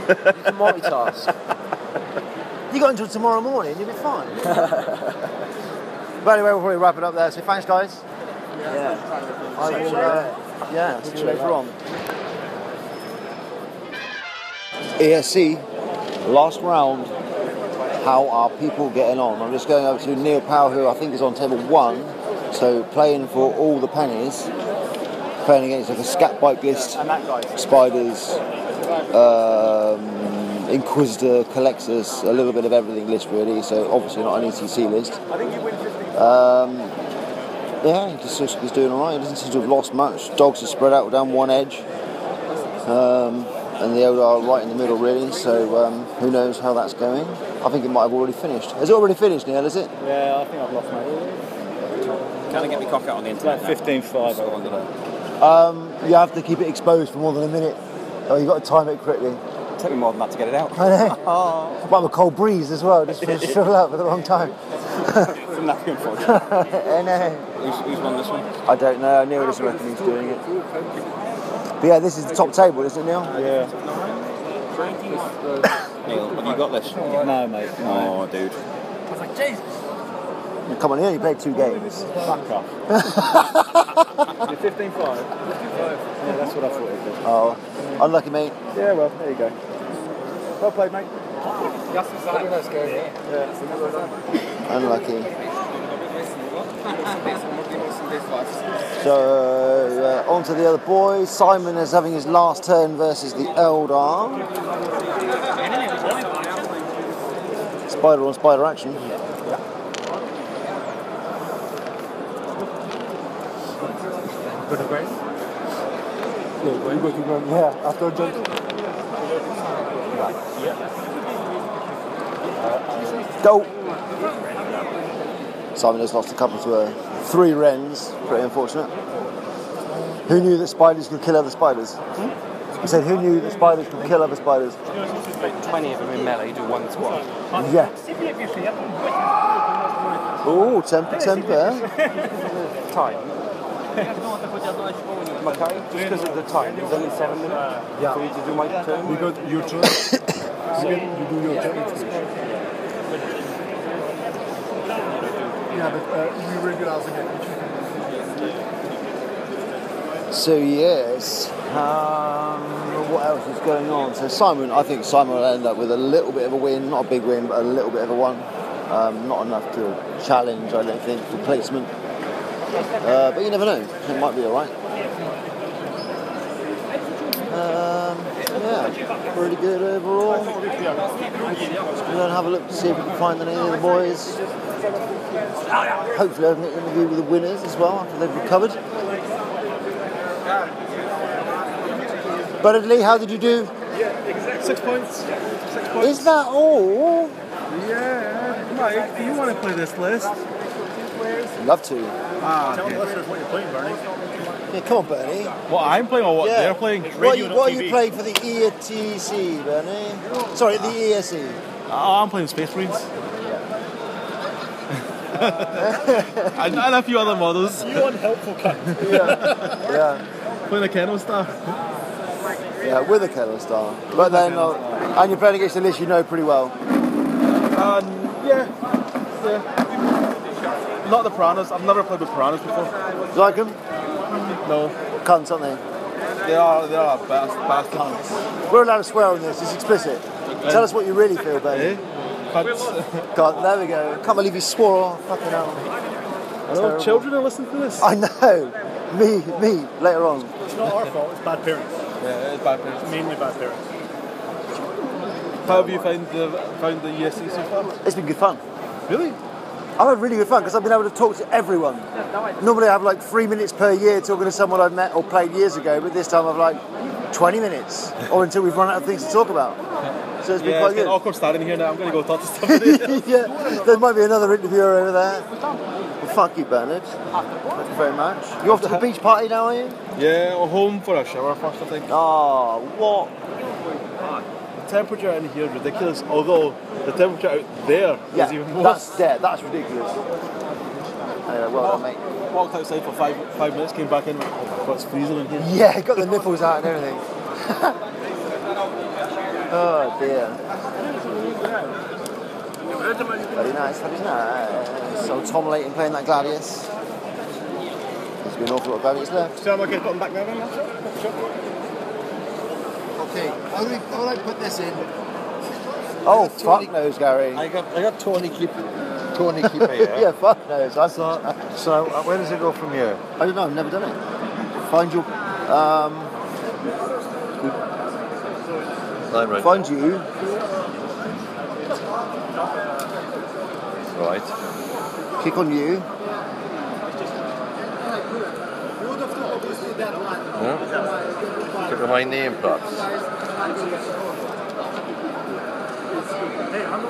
Speaker 5: You can multitask.
Speaker 2: You got until tomorrow morning, you'll be fine. but anyway, we'll probably wrap it up there. So thanks, guys.
Speaker 5: yeah.
Speaker 2: I will, uh, yeah, see you later on. E ESC, last round. How are people getting on? I'm just going over to Neil Powell, who I think is on table one, so playing for all the pennies, playing against like a scat bike list, spiders, um, inquisitor, collectors, a little bit of everything list really. So obviously not an ETC list.
Speaker 9: I think you win 15.
Speaker 2: Um, yeah, he just, he's doing all right. He doesn't seem to have lost much. Dogs are spread out down one edge, um, and the Elder are right in the middle, really. So um, who knows how that's going? I think it might have already finished. Has it already finished, Neil? Is it?
Speaker 3: Yeah, I think I've lost my. Can I get me cock out on the internet? Like 15 5
Speaker 2: Um, you have to keep it exposed for more than a minute. Oh, you got to time it correctly.
Speaker 3: Took me more than that to get it out.
Speaker 2: I know. Might have a cold breeze as well, just to shrivel up at the wrong time.
Speaker 3: From that good for
Speaker 2: I know.
Speaker 3: Who's, who's won this one?
Speaker 2: I don't know. Neil doesn't reckon he's doing it. But yeah, this is the top table, isn't it, Neil?
Speaker 13: Yeah.
Speaker 4: Neil, have you got this?
Speaker 2: No, mate.
Speaker 4: Oh, dude.
Speaker 2: Come on, you only played two games. Fuck off.
Speaker 13: You're 15 5. Yeah, that's what I thought it was.
Speaker 2: Oh, unlucky, mate.
Speaker 13: Yeah, well, there you go. Well played, mate.
Speaker 2: Unlucky. So, uh, on to the other boys. Simon is having his last turn versus the Eldar. Spider on spider action.
Speaker 13: Yeah, after
Speaker 2: Go! Simon has lost a couple to uh, three wrens. Pretty unfortunate. Who knew that spiders could kill other spiders?
Speaker 6: Hmm?
Speaker 2: He said, Who knew that spiders could kill other spiders?
Speaker 6: Like 20 of them in melee, you do one squad.
Speaker 2: Yeah. Oh, temper, temper.
Speaker 6: Time. Okay, just because of the time. There's only seven minutes yeah. for me to do my turn. You got your turn. you do your
Speaker 14: Yeah, but uh, we regulars again.
Speaker 2: So yes, um, what else is going on? So Simon, I think Simon will end up with a little bit of a win, not a big win, but a little bit of a one. Um, not enough to challenge, I don't think, for placement. Uh, but you never know. It might be all right. Um, yeah, pretty good overall. We'll then have a look to see if we can find any of the boys. Hopefully, I can interview with the winners as well after they've recovered. Bernard Lee, how did you do?
Speaker 15: Yeah, exactly. Six points. Six points.
Speaker 2: Is that all?
Speaker 15: Yeah. Mike, do you want to play this list?
Speaker 2: Love to.
Speaker 15: Ah, Tell the listeners what you're playing, Bernie.
Speaker 2: Yeah, come on, Bernie.
Speaker 5: What I'm playing or what
Speaker 2: Yeah.
Speaker 5: they're playing?
Speaker 2: What, are you, what are you playing for the ETC, Bernie? Sorry, the E ESE.
Speaker 5: Oh, I'm playing Space Marines. and, and a few other models.
Speaker 15: You unhelpful cunt.
Speaker 2: Yeah,
Speaker 5: playing a Kennel Star.
Speaker 2: yeah, with a kettle star. But then, uh, and you're playing against a list you know pretty well.
Speaker 5: Um, Yeah. Not the piranhas. I've never played with piranhas before.
Speaker 2: Do you like them?
Speaker 5: No.
Speaker 2: Cunts, aren't they?
Speaker 5: They are they are bas- bastards.
Speaker 2: We're allowed to swear on this, it's explicit. Tell us what you really feel, Bernie. God, there we go. Can't believe you swore. Oh, fucking hell.
Speaker 5: No children are listening to this.
Speaker 2: I know. Me, me, later on.
Speaker 15: It's not our fault, it's bad parents.
Speaker 5: Yeah, it's bad parents.
Speaker 15: Mainly bad parents.
Speaker 5: How have you found the found the ESC so far?
Speaker 2: It's been good fun.
Speaker 5: Really?
Speaker 2: I've had really good fun because I've been able to talk to everyone. Normally I have like three minutes per year talking to someone I've met or played years ago, but this time I've like 20 minutes or until we've run out of things to talk about. So it's been
Speaker 5: yeah,
Speaker 2: quite
Speaker 5: it's getting
Speaker 2: good.
Speaker 5: awkward standing here now. I'm going to go talk to somebody.
Speaker 2: yeah, there might be another interviewer over there. Well, fuck you, Bernard. Thank you very much. You're off to the beach party now, are you?
Speaker 5: Yeah, or home for a shower first, I think.
Speaker 2: Oh,
Speaker 5: Ah,
Speaker 2: what?
Speaker 5: The temperature in here is ridiculous, although the temperature out there is
Speaker 2: Yeah,
Speaker 5: even more.
Speaker 2: that's yeah, that's ridiculous. Anyway, well done, mate.
Speaker 5: Walked outside for five five minutes, came back in, went, oh my god, it's freezing in here.
Speaker 2: Yeah, got the nipples out and everything. oh dear. Very nice, very nice. So Tom Layton playing that Gladius. There's been an awful lot of Gladius left.
Speaker 15: So am I going to put them back now then? that's it? Sure.
Speaker 4: Okay, how do, we, how do I put this in?
Speaker 2: Oh, fuck knows, Gary.
Speaker 4: I got, I got Tony keep, Tony keep here.
Speaker 2: yeah, fuck knows. I,
Speaker 4: So, so uh, where does it go from here?
Speaker 2: I don't know, I've never done it. Find your... Um,
Speaker 4: I'm right.
Speaker 2: find you...
Speaker 4: Right.
Speaker 2: Click on you.
Speaker 4: Yeah. Look at my name, perhaps.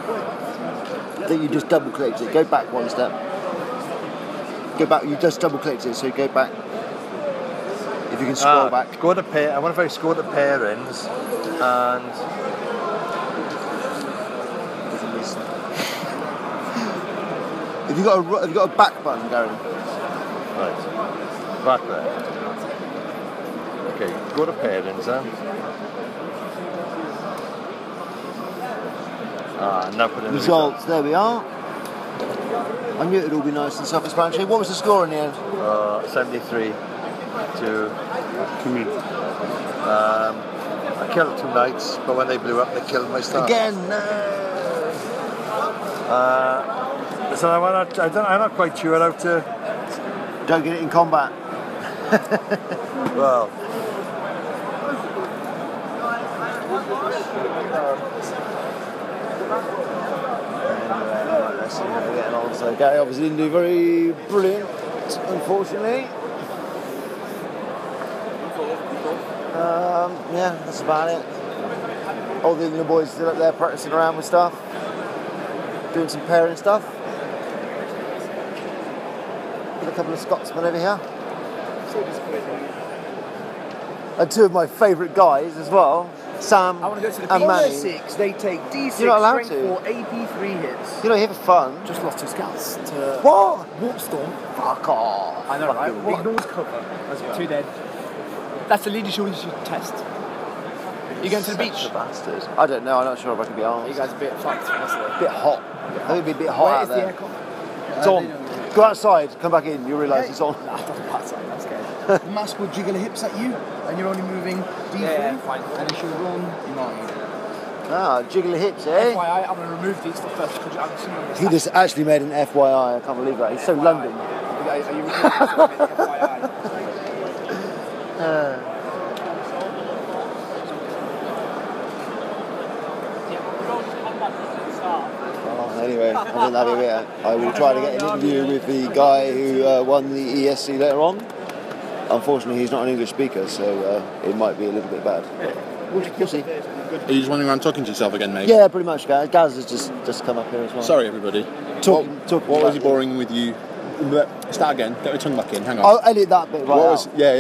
Speaker 2: That you just double clicked it. Go back one step. Go back. You just double clicked it, so go back. If you can scroll
Speaker 4: Ah,
Speaker 2: back.
Speaker 4: Go to pair. I wonder if I just go to parents and
Speaker 2: Have you got a ru- have you got a back button, Gary?
Speaker 4: right back there.
Speaker 16: Okay, good appearance then. Ah, now put in the result.
Speaker 2: Results, there we are. I knew it'd all be nice and self-explanatory. What was the score in the end?
Speaker 16: Uh, 73 to. Um, I killed two knights, but when they blew up, they killed my staff.
Speaker 2: Again,
Speaker 16: Uh, so I'm not, I don't, I'm not quite sure how to.
Speaker 2: Don't get it in combat.
Speaker 16: Well,
Speaker 17: Right, let's see how we're getting on. So Gary obviously didn't do very brilliant, unfortunately. Um, yeah, that's about it. All the England boys still up there practicing around with stuff, doing some pairing stuff. Got a couple of Scotsmen over here, and two of my favourite guys as well, Sam
Speaker 18: I want to go to the
Speaker 17: and
Speaker 18: B
Speaker 17: Manny.
Speaker 18: six. They take D six
Speaker 17: You're not allowed
Speaker 18: strength
Speaker 17: to.
Speaker 18: four AP three hits.
Speaker 17: You know, here for fun.
Speaker 18: Just lost two scouts to
Speaker 17: What?
Speaker 18: Warpstorm.
Speaker 17: Fuck off.
Speaker 18: I know, right?
Speaker 17: Fucking
Speaker 18: What?
Speaker 17: weak.
Speaker 18: Ignores cover. That's
Speaker 17: well.
Speaker 18: Two dead. That's a leadership test. You going to the beach?
Speaker 17: Bastards. I don't know. I'm not sure if I can be honest.
Speaker 18: You guys a bit fucked, honestly.
Speaker 17: bit hot. I think it'd be a bit hot
Speaker 18: Where
Speaker 17: out
Speaker 18: is the
Speaker 17: there.
Speaker 18: aircon?
Speaker 17: It's on. Go outside, come back in, you'll realise it's on.
Speaker 18: Mask will jiggle her hips at you, and you're only moving D3, and she'll run nine.
Speaker 17: ah, jiggly hips, eh?
Speaker 18: FYI, I'm going to remove these for first because I'm assuming it's
Speaker 17: He just actually made an FYI, I can't believe that. He's so London.
Speaker 18: Are you FYI?
Speaker 17: Uh,
Speaker 2: Oh, anyway, I think that'll be it. I will try to get an interview with the guy who uh, won the ESC later on. Unfortunately, he's not an English speaker, so uh, it might be a little bit bad. But we'll, we'll see.
Speaker 4: Are you just running around talking to yourself again, mate?
Speaker 2: Yeah, pretty much, guys. Gaz has just just come up here as well.
Speaker 4: Sorry, everybody.
Speaker 2: Talk- talk
Speaker 4: what was
Speaker 2: about-
Speaker 4: boring with you? Bleh. Start again. Get your tongue back in. Hang on.
Speaker 2: I'll edit that bit right
Speaker 4: what
Speaker 2: out.
Speaker 4: was? Oh, Yeah.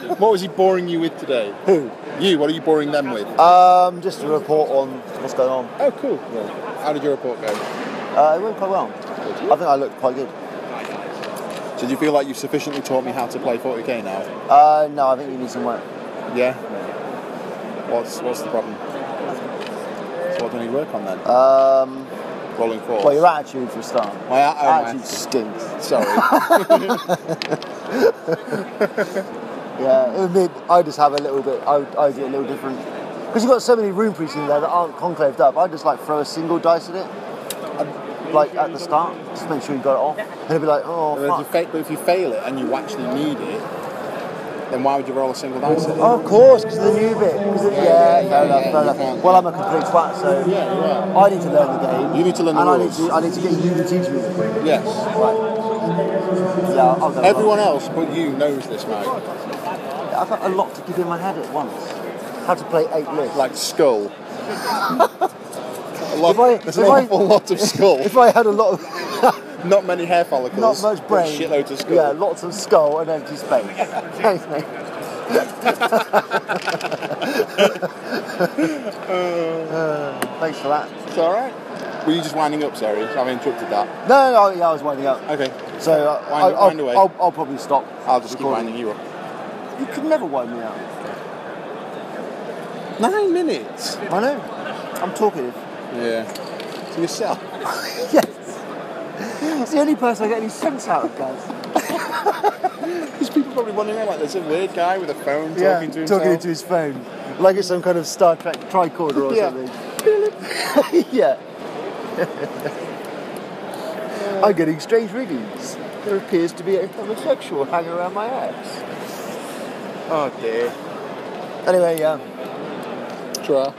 Speaker 4: yeah. what was he boring you with today? Who? Uh, You. What are you boring them with?
Speaker 2: Um, just a report on what's going on.
Speaker 4: Oh, cool. Yeah. How did your report go?
Speaker 2: Uh, it went quite well. I think I looked quite good.
Speaker 4: So do you feel like you've sufficiently taught me how to play 40k now?
Speaker 2: Uh, no, I think you need some work.
Speaker 4: Yeah. What's What's the problem? So what do I need to work on then?
Speaker 2: Um,
Speaker 4: Rolling forward.
Speaker 2: well, your attitude for a start.
Speaker 4: My a- oh, my-
Speaker 2: attitude stinks.
Speaker 4: Sorry.
Speaker 2: yeah, I mean, I just have a little bit. I, I do it a little different because you've got so many room priests in there that aren't conclaved up. I just like throw a single dice at it, and, like at the start, just make sure you got it off, and it'd be like, oh
Speaker 4: But if, you
Speaker 2: fuck.
Speaker 4: fa- but if you fail it and you actually need it, then why would you roll a single dice? at it?
Speaker 2: Oh, of course, because of the new bit. 'cause of- yeah, fair enough, fair enough. Well, I'm a complete twat, so I need to learn the game. You need to
Speaker 4: learn the
Speaker 2: and
Speaker 4: rules.
Speaker 2: I need to, I need to get you to teach me.
Speaker 4: Yes.
Speaker 2: Yeah, I'll go
Speaker 4: Everyone
Speaker 2: along.
Speaker 4: else but you knows this, mate.
Speaker 2: I've got a lot to give in my head at once. How to play eight lists.
Speaker 4: Like skull. A lot,
Speaker 2: If I-
Speaker 4: there's
Speaker 2: if
Speaker 4: an
Speaker 2: I-
Speaker 4: awful lot of skull.
Speaker 2: if I had a lot of.
Speaker 4: Not many hair follicles.
Speaker 2: Not much
Speaker 4: but
Speaker 2: brain.
Speaker 4: Shitloads of skull.
Speaker 2: Yeah, lots of skull and empty space. Thanks, mate. Uh, thanks for that.
Speaker 4: It's alright. Were you just winding up, sorry? Have I interrupted that?
Speaker 2: No, no, yeah, I was winding up.
Speaker 4: Okay.
Speaker 2: So uh,
Speaker 4: Wind
Speaker 2: I,
Speaker 4: up,
Speaker 2: will
Speaker 4: wind away.
Speaker 2: I'll, I'll probably stop.
Speaker 4: I'll just keep
Speaker 2: recording.
Speaker 4: winding you up.
Speaker 2: You could never wind me up.
Speaker 4: Nine minutes.
Speaker 2: I know. I'm talkative.
Speaker 4: Yeah. To yourself.
Speaker 2: yes. It's the only person I get any sense out of, guys.
Speaker 4: There's people probably wondering like there's a weird guy with a phone talking
Speaker 2: yeah,
Speaker 4: to himself.
Speaker 2: talking into his phone, like it's some kind of Star Trek tricorder or
Speaker 4: Yeah.
Speaker 2: something. yeah. I'm getting strange readings. There appears to be a homosexual hanging around my ass.
Speaker 4: Oh dear.
Speaker 2: Anyway, yeah.
Speaker 4: Try.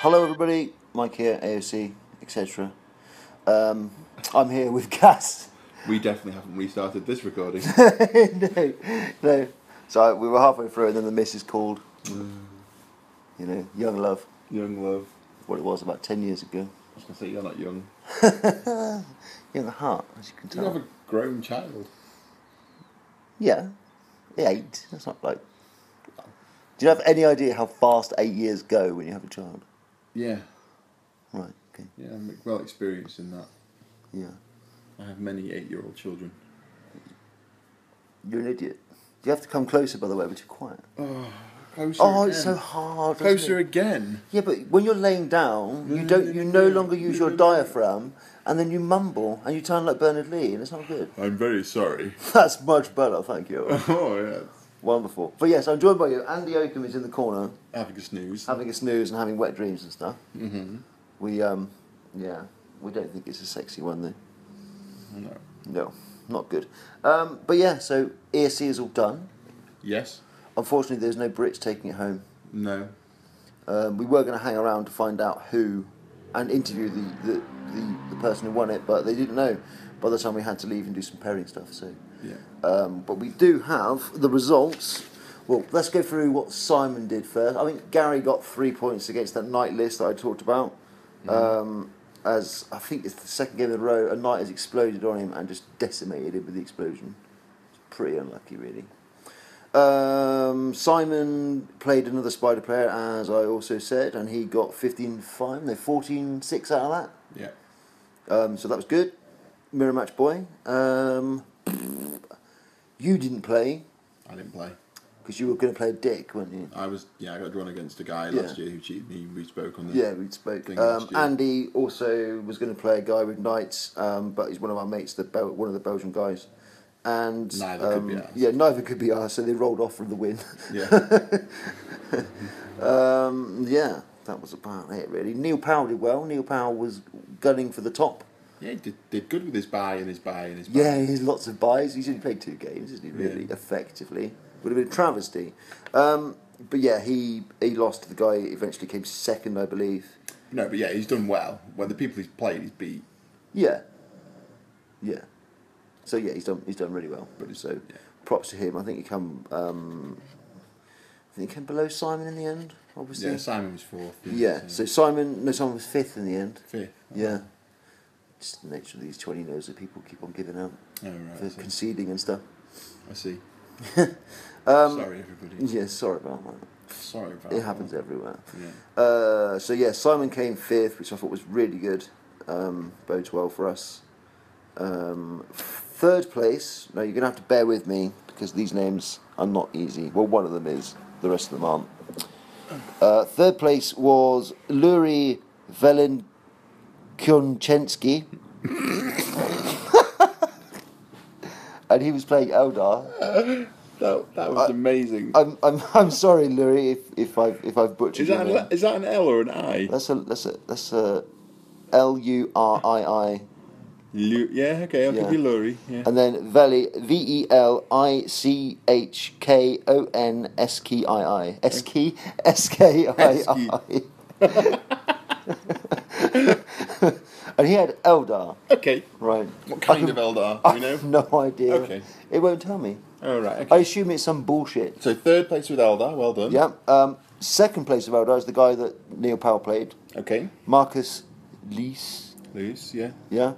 Speaker 2: Hello, everybody. Mike here, AOC, etc. Um, I'm here with Cass.
Speaker 4: We definitely haven't restarted this recording.
Speaker 2: no, no. So we were halfway through, and then the missus called. You know, young love.
Speaker 4: Young love.
Speaker 2: What it was about ten years ago.
Speaker 4: I was gonna say you're not young.
Speaker 2: Young at heart, as you can
Speaker 4: You
Speaker 2: tell.
Speaker 4: have a grown child.
Speaker 2: Yeah. Eight. That's not like. Do you have any idea how fast eight years go when you have a child?
Speaker 4: Yeah.
Speaker 2: Right, okay.
Speaker 4: Yeah, I'm well experienced in that.
Speaker 2: Yeah.
Speaker 4: I have many eight year old children.
Speaker 2: You're an idiot. You have to come closer, by the way, but you're quiet.
Speaker 11: Oh, closer
Speaker 2: Oh,
Speaker 11: again.
Speaker 2: it's so hard. isn't
Speaker 11: Closer
Speaker 2: it?
Speaker 11: again.
Speaker 2: Yeah, but when you're laying down, you don't. You no longer use your diaphragm, and then you mumble and you turn like Bernard Lee, and it's not good.
Speaker 11: I'm very sorry.
Speaker 2: That's much better, thank you.
Speaker 11: Oh, yes.
Speaker 2: Wonderful. But yes, I'm joined by you. Andy Oakham is in the corner.
Speaker 11: Having a snooze.
Speaker 2: Having a snooze and having wet dreams and stuff.
Speaker 11: Mm-hmm.
Speaker 2: We, um, yeah, we don't think it's a sexy one, though.
Speaker 11: No.
Speaker 2: No, not good. Um, but yeah, so ESC is all done.
Speaker 11: Yes.
Speaker 2: Unfortunately, there's no Brits taking it home.
Speaker 11: No.
Speaker 2: Um, we were going to hang around to find out who and interview the, the, the, the person who won it, but they didn't know by the time we had to leave and do some pairing stuff. So,
Speaker 11: Yeah.
Speaker 2: um, but we do have the results. Well, let's go through what Simon did first. I think Gary got three points against that night list that I talked about. Um, as I think it's the second game in a row, a night has exploded on him and just decimated him with the explosion. It's pretty unlucky, really. Um, Simon played another Spider player, as I also said, and he got 15 5, no, 14 6 out of
Speaker 11: Yeah.
Speaker 2: that. Um, so that was good. Mirror Match Boy. Um, you didn't play
Speaker 11: I didn't play.
Speaker 2: because you were going to play Dick, weren't you?
Speaker 11: I was yeah. I got drawn against a guy
Speaker 2: Yeah.
Speaker 11: last year who cheated me. We spoke on the
Speaker 2: Yeah, we spoke.
Speaker 11: Thing
Speaker 2: Um,
Speaker 11: last year.
Speaker 2: Andy also was going to play a guy with knights, um, but he's one of our mates, the Bel- one of the Belgian guys. And
Speaker 11: Neither could be
Speaker 2: um,
Speaker 11: ours.
Speaker 2: yeah, neither could be us, so they rolled off from the win. Yeah. um, yeah, that was about it really. Neil Powell did well. Neil Powell was gunning for the top.
Speaker 11: yeah. He did, did good with his buy and his buy and his buy.
Speaker 2: Yeah, he has lots of buys. He's only played two games, isn't he? Really, effectively, would have been a travesty. Um, but yeah, he he lost to the guy. who Eventually, came second, I believe.
Speaker 11: No, but yeah, he's done well. When the people he's played, he's beat.
Speaker 2: Yeah. Yeah. So yeah, he's done he's done really well. so props to him. I think he come um, I think he came below Simon in the end, obviously.
Speaker 11: Yeah, Simon was fourth.
Speaker 2: Yeah, so Simon no Simon was fifth in the end.
Speaker 11: Fifth,
Speaker 2: Yeah. Just the nature of these twenty no's that people keep on giving out.
Speaker 11: Oh, right,
Speaker 2: For
Speaker 11: I see.
Speaker 2: conceding and stuff.
Speaker 11: I see.
Speaker 2: Um,
Speaker 11: Sorry, everybody.
Speaker 2: Yeah, sorry about that.
Speaker 11: Sorry about
Speaker 2: It
Speaker 11: that.
Speaker 2: happens everywhere.
Speaker 11: Yeah.
Speaker 2: Uh, so yeah, Simon came fifth, which I thought was really good. Um, bodes well for us. Um, third place. Now you're gonna have to bear with me because these names are not easy. Well, one of them is. The rest of them aren't. Uh, third place was Luri Velenkunchensky. and he was playing Eldar.
Speaker 11: that, that was amazing.
Speaker 2: I'm, I'm, I'm sorry, Lurie, if, if I've if I've butchered
Speaker 11: Is that
Speaker 2: your
Speaker 11: an-
Speaker 2: name.
Speaker 11: is that an L or an I?
Speaker 2: That's a that's a that's a L U R I I.
Speaker 11: Lu- yeah, okay, I'll give you Lurie. Yeah.
Speaker 2: And then Veli V E L I C H K O N S K I I S K S K I I. And he had Eldar.
Speaker 11: Okay.
Speaker 2: Right.
Speaker 11: What kind of Eldar? Do
Speaker 2: I
Speaker 11: we know?
Speaker 2: have no idea.
Speaker 11: Okay.
Speaker 2: It won't tell me.
Speaker 11: All right.
Speaker 2: I assume it's some bullshit.
Speaker 11: So third place with Eldar, well done.
Speaker 2: Yeah. Um, second place of Eldar is the guy that Neil Powell played.
Speaker 11: Okay.
Speaker 2: Marcus Lees.
Speaker 11: Lose, yeah.
Speaker 2: Yeah.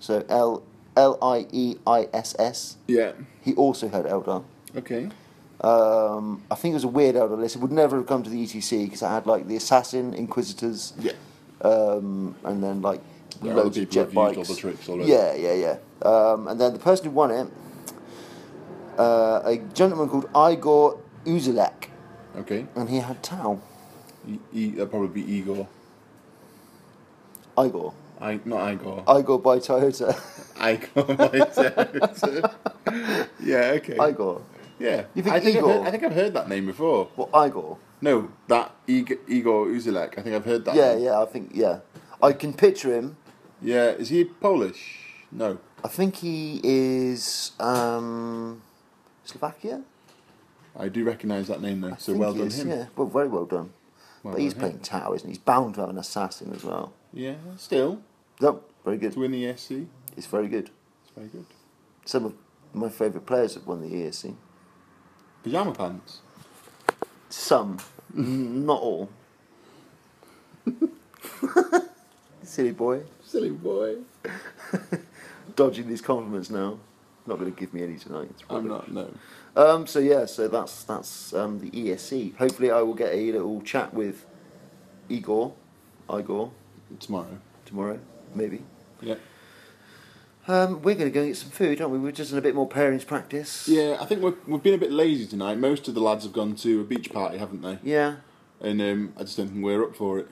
Speaker 2: So L L I E I S S.
Speaker 11: Yeah.
Speaker 2: He also had Eldar.
Speaker 11: Okay.
Speaker 2: Um, I think it was a weird Eldar list. It would never have come to the E ETC because I had like the Assassin, Inquisitors.
Speaker 11: Yeah.
Speaker 2: Um, and then like
Speaker 11: Yeah, other
Speaker 2: loads of
Speaker 11: people
Speaker 2: jet
Speaker 11: have used all
Speaker 2: bikes.
Speaker 11: the tricks already.
Speaker 2: Yeah, yeah, yeah. Um, and then the person who won it, uh, a gentleman called Igor Uzilek,
Speaker 11: Okay.
Speaker 2: and he had Tau.
Speaker 11: E- e- that'd probably be Igor.
Speaker 2: Igor.
Speaker 11: I not Igor.
Speaker 2: Igor by Toyota.
Speaker 11: Igor by Toyota. yeah, okay.
Speaker 2: Igor.
Speaker 11: Yeah.
Speaker 2: You think
Speaker 11: I think I've
Speaker 2: Igor?
Speaker 11: heard- I think I've heard that name before.
Speaker 2: What Igor?
Speaker 11: No, that Ig- Igor Uzilek. I think I've heard that.
Speaker 2: Yeah,
Speaker 11: name.
Speaker 2: yeah, I think yeah. I can picture him.
Speaker 11: Yeah, is he Polish? No.
Speaker 2: I think he is um, Slovakia.
Speaker 11: I do recognise that name though. so
Speaker 2: I think
Speaker 11: well
Speaker 2: he
Speaker 11: done
Speaker 2: is,
Speaker 11: him.
Speaker 2: Yeah, well, very well done.
Speaker 11: Well
Speaker 2: but he's
Speaker 11: done
Speaker 2: playing
Speaker 11: him.
Speaker 2: Tau, isn't he? He's bound to have an assassin as well.
Speaker 11: Yeah, still
Speaker 2: No, very good.
Speaker 11: to
Speaker 4: E
Speaker 11: win the ESC.
Speaker 2: It's very good.
Speaker 11: It's very good.
Speaker 2: Some of my favourite players have won the ESC.
Speaker 11: Pajama pants.
Speaker 2: Some, not all. Silly boy.
Speaker 11: Silly boy.
Speaker 2: Dodging these compliments now. Not going to give me any tonight. It's
Speaker 11: I'm
Speaker 2: rubbish.
Speaker 11: not. No.
Speaker 2: Um, so yeah, so that's that's um, the ESC. Hopefully, I will get a little chat with Igor, Igor
Speaker 11: Tomorrow.
Speaker 2: tomorrow, maybe.
Speaker 11: Yeah.
Speaker 2: Um, we're going to go and get some food, aren't we? We're just in a bit more pairings practice.
Speaker 4: Yeah, I think we've, we've been a bit lazy tonight. Most of the lads have gone to a beach party, haven't they?
Speaker 2: Yeah.
Speaker 4: And um, I just don't think we're up for it.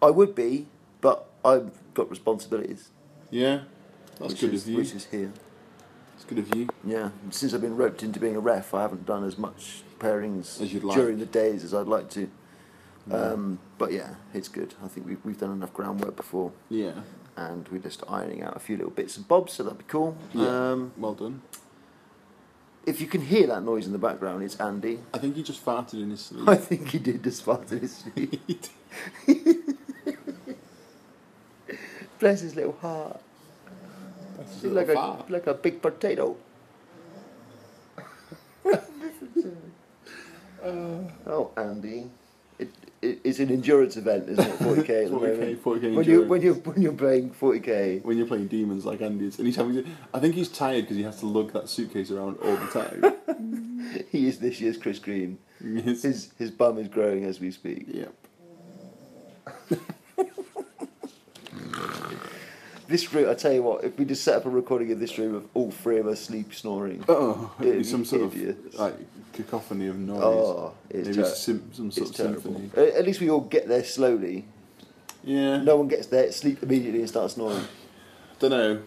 Speaker 2: I would be, but I've got responsibilities.
Speaker 4: Yeah, that's
Speaker 2: which
Speaker 4: good
Speaker 2: is,
Speaker 4: of you.
Speaker 2: Which is here.
Speaker 4: It's good of you.
Speaker 2: Yeah. Since I've been roped into being a ref, I haven't done as much pairings
Speaker 4: As you'd like.
Speaker 2: during the days as I'd like to.
Speaker 4: Yeah.
Speaker 2: Um, but yeah, it's good. I think we've, we've done enough groundwork before.
Speaker 4: Yeah.
Speaker 2: And we're just ironing out a few little bits and bobs, so that'd be cool.
Speaker 4: Yeah,
Speaker 2: Um,
Speaker 4: well done.
Speaker 2: If you can hear that noise in the background, it's Andy.
Speaker 4: I think he just farted in his sleep.
Speaker 2: I think he did just fart in his sleep. Bless his little heart.
Speaker 4: That's
Speaker 2: He's like a like a big potato. Oh, Andy. It, it, it's an endurance event, isn't it? 40k at the
Speaker 4: 40K,
Speaker 2: moment.
Speaker 4: 40K
Speaker 2: when, you,
Speaker 4: endurance.
Speaker 2: when, you, when you're playing 40k.
Speaker 4: When you're playing demons like Andy, is, and he's having to, I think he's tired because he has to lug that suitcase around all the time.
Speaker 2: he is this year's Chris Green. His, his bum is growing as we speak.
Speaker 4: Yep.
Speaker 2: This room, I tell you what, if we just set up a recording of this room of all three of us sleep snoring.
Speaker 4: Oh, it'd be some sort of
Speaker 2: idiot.
Speaker 4: like cacophony of noise.
Speaker 2: Oh, it's
Speaker 4: Maybe
Speaker 2: ter-
Speaker 4: sim- some sort
Speaker 2: it's
Speaker 4: of
Speaker 2: terrible.
Speaker 4: symphony.
Speaker 2: A- At least we all get there slowly.
Speaker 4: Yeah.
Speaker 2: No one gets there, sleep immediately, and starts snoring.
Speaker 4: Don't know.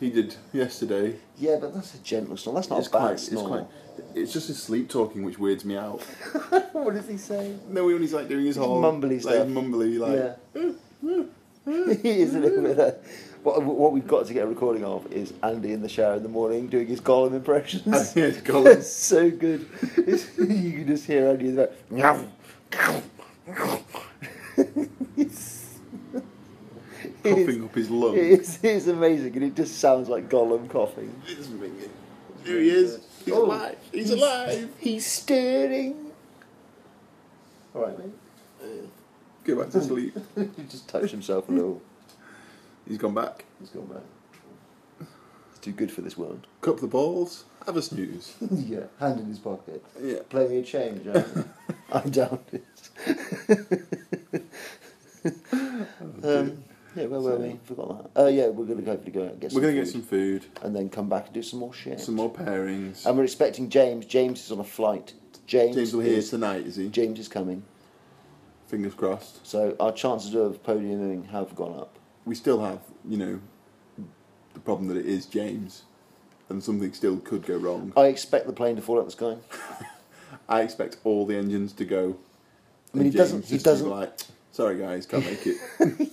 Speaker 4: He did yesterday.
Speaker 2: Yeah, but that's a gentle snore. That's not
Speaker 4: It's
Speaker 2: a bad
Speaker 4: quite- it's
Speaker 2: snore.
Speaker 4: quite- It's just his sleep talking which weirds me out.
Speaker 2: what does he say?
Speaker 4: No, when he's like doing his
Speaker 2: It's
Speaker 4: whole
Speaker 2: mumbly
Speaker 4: like,
Speaker 2: stuff.
Speaker 4: mumbly like.
Speaker 2: Yeah. he is a little bit. Of, what, what we've got to get a recording of is Andy in the shower in the morning doing his Gollum impressions.
Speaker 4: Yeah, it's Gollum.
Speaker 2: That's so good. It's, you can just hear Andy in the back. "Meow, meow, meow." It's-
Speaker 4: Coughing
Speaker 2: it's-
Speaker 4: up his lungs.
Speaker 2: It is, it is amazing, and it just sounds like Gollum coughing.
Speaker 4: It's ringing. There he is. He's
Speaker 2: Oh,
Speaker 4: alive. He's, alive.
Speaker 2: He's stirring. All right, mate.
Speaker 4: Go back to sleep.
Speaker 2: he just touched himself a little.
Speaker 4: He's gone back.
Speaker 2: He's gone back. It's too good for this world.
Speaker 4: Cup the balls. Have a snooze.
Speaker 2: yeah, hand in his pocket.
Speaker 4: Yeah.
Speaker 2: Play me a change. Andy. I doubt it. um, yeah, where were we? Forgot that. Uh, yeah, we're going to hopefully go out and get some
Speaker 4: We're gonna
Speaker 2: food
Speaker 4: get some food.
Speaker 2: and then come back and do some more shit.
Speaker 4: Some more pairings.
Speaker 2: And we're expecting James. James is on a flight. James,
Speaker 4: James will hear
Speaker 2: is-
Speaker 4: tonight, is he?
Speaker 2: James is coming.
Speaker 4: Fingers crossed.
Speaker 2: So our chances of podiuming have gone up.
Speaker 4: We still have, you know, the problem that it is James, and something still could go wrong.
Speaker 2: I expect the plane to fall out the sky.
Speaker 4: I expect all the engines to go.
Speaker 2: I mean,
Speaker 4: and
Speaker 2: he doesn't-
Speaker 4: James
Speaker 2: he
Speaker 4: just to be
Speaker 2: doesn't-
Speaker 4: Like, Sorry, guys, can't make it.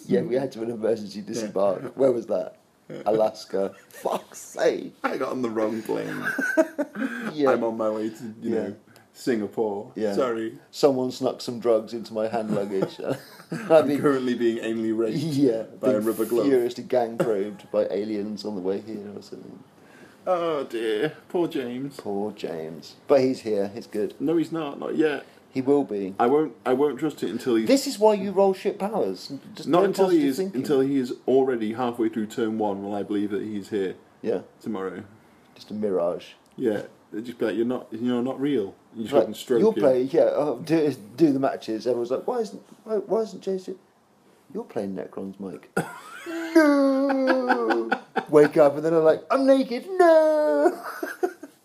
Speaker 2: yeah, we had to an emergency disembark. Where was that? Alaska. Fuck's sake.
Speaker 4: I got on the wrong plane.
Speaker 2: Yeah.
Speaker 4: I'm on my way to, you
Speaker 2: Yeah.
Speaker 4: know, Singapore.
Speaker 2: Yeah.
Speaker 4: Sorry.
Speaker 2: Someone snuck some drugs into my hand luggage.
Speaker 4: I'm
Speaker 2: I've been,
Speaker 4: currently being anally raped
Speaker 2: yeah,
Speaker 4: by a
Speaker 2: been
Speaker 4: rubber glove.
Speaker 2: Furiously gang probed by aliens on the way here or something.
Speaker 4: Oh dear, poor James.
Speaker 2: Poor James. But he's here. He's good.
Speaker 4: No, he's not. Not yet.
Speaker 2: He will be.
Speaker 4: I won't. I won't trust it until he's
Speaker 2: This is why you roll shit powers. Just
Speaker 4: not
Speaker 2: no
Speaker 4: until he
Speaker 2: positive
Speaker 4: is
Speaker 2: thinking.
Speaker 4: until he is already halfway through turn one. Will I believe that he's here
Speaker 2: yeah,
Speaker 4: tomorrow?
Speaker 2: just a mirage.
Speaker 4: Yeah, they just be like you're not. You're not real. You just
Speaker 2: Like,
Speaker 4: fucking stroke
Speaker 2: you're
Speaker 4: him.
Speaker 2: playing, yeah. Oh, do do the matches. Everyone's like, why isn't why, why isn't Jason? You're playing Necrons, Mike. no. Wake up and then I'm like, I'm naked. No.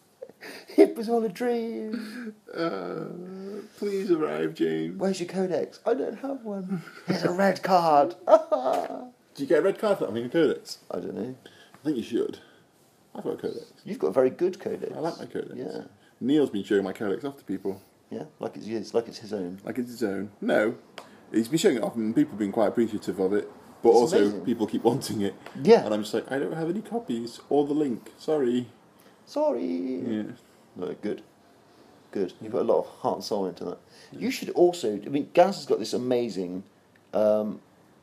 Speaker 2: it was all a dream.
Speaker 4: Uh, please arrive, James.
Speaker 2: Where's your codex? I don't have one. Here's a red card.
Speaker 4: Do you get a red card for having a codex?
Speaker 2: I don't know.
Speaker 4: I think you should. I've got a codex.
Speaker 2: You've got a very good codex.
Speaker 4: I like my codex.
Speaker 2: Yeah,
Speaker 4: Neil's been showing my codex off to people.
Speaker 2: yeah. Like it's his, like it's his own.
Speaker 4: Like it's his own. No, he's been showing it off, and people have been quite appreciative of it. But
Speaker 2: It's
Speaker 4: also,
Speaker 2: amazing.
Speaker 4: people keep wanting it.
Speaker 2: Yeah.
Speaker 4: And I'm just like, I don't have any copies or the link. Sorry.
Speaker 2: Sorry.
Speaker 4: Yeah.
Speaker 2: No, good. Good. You've got a lot of heart and soul into that. You should also, I mean, Gaz has got this amazing um,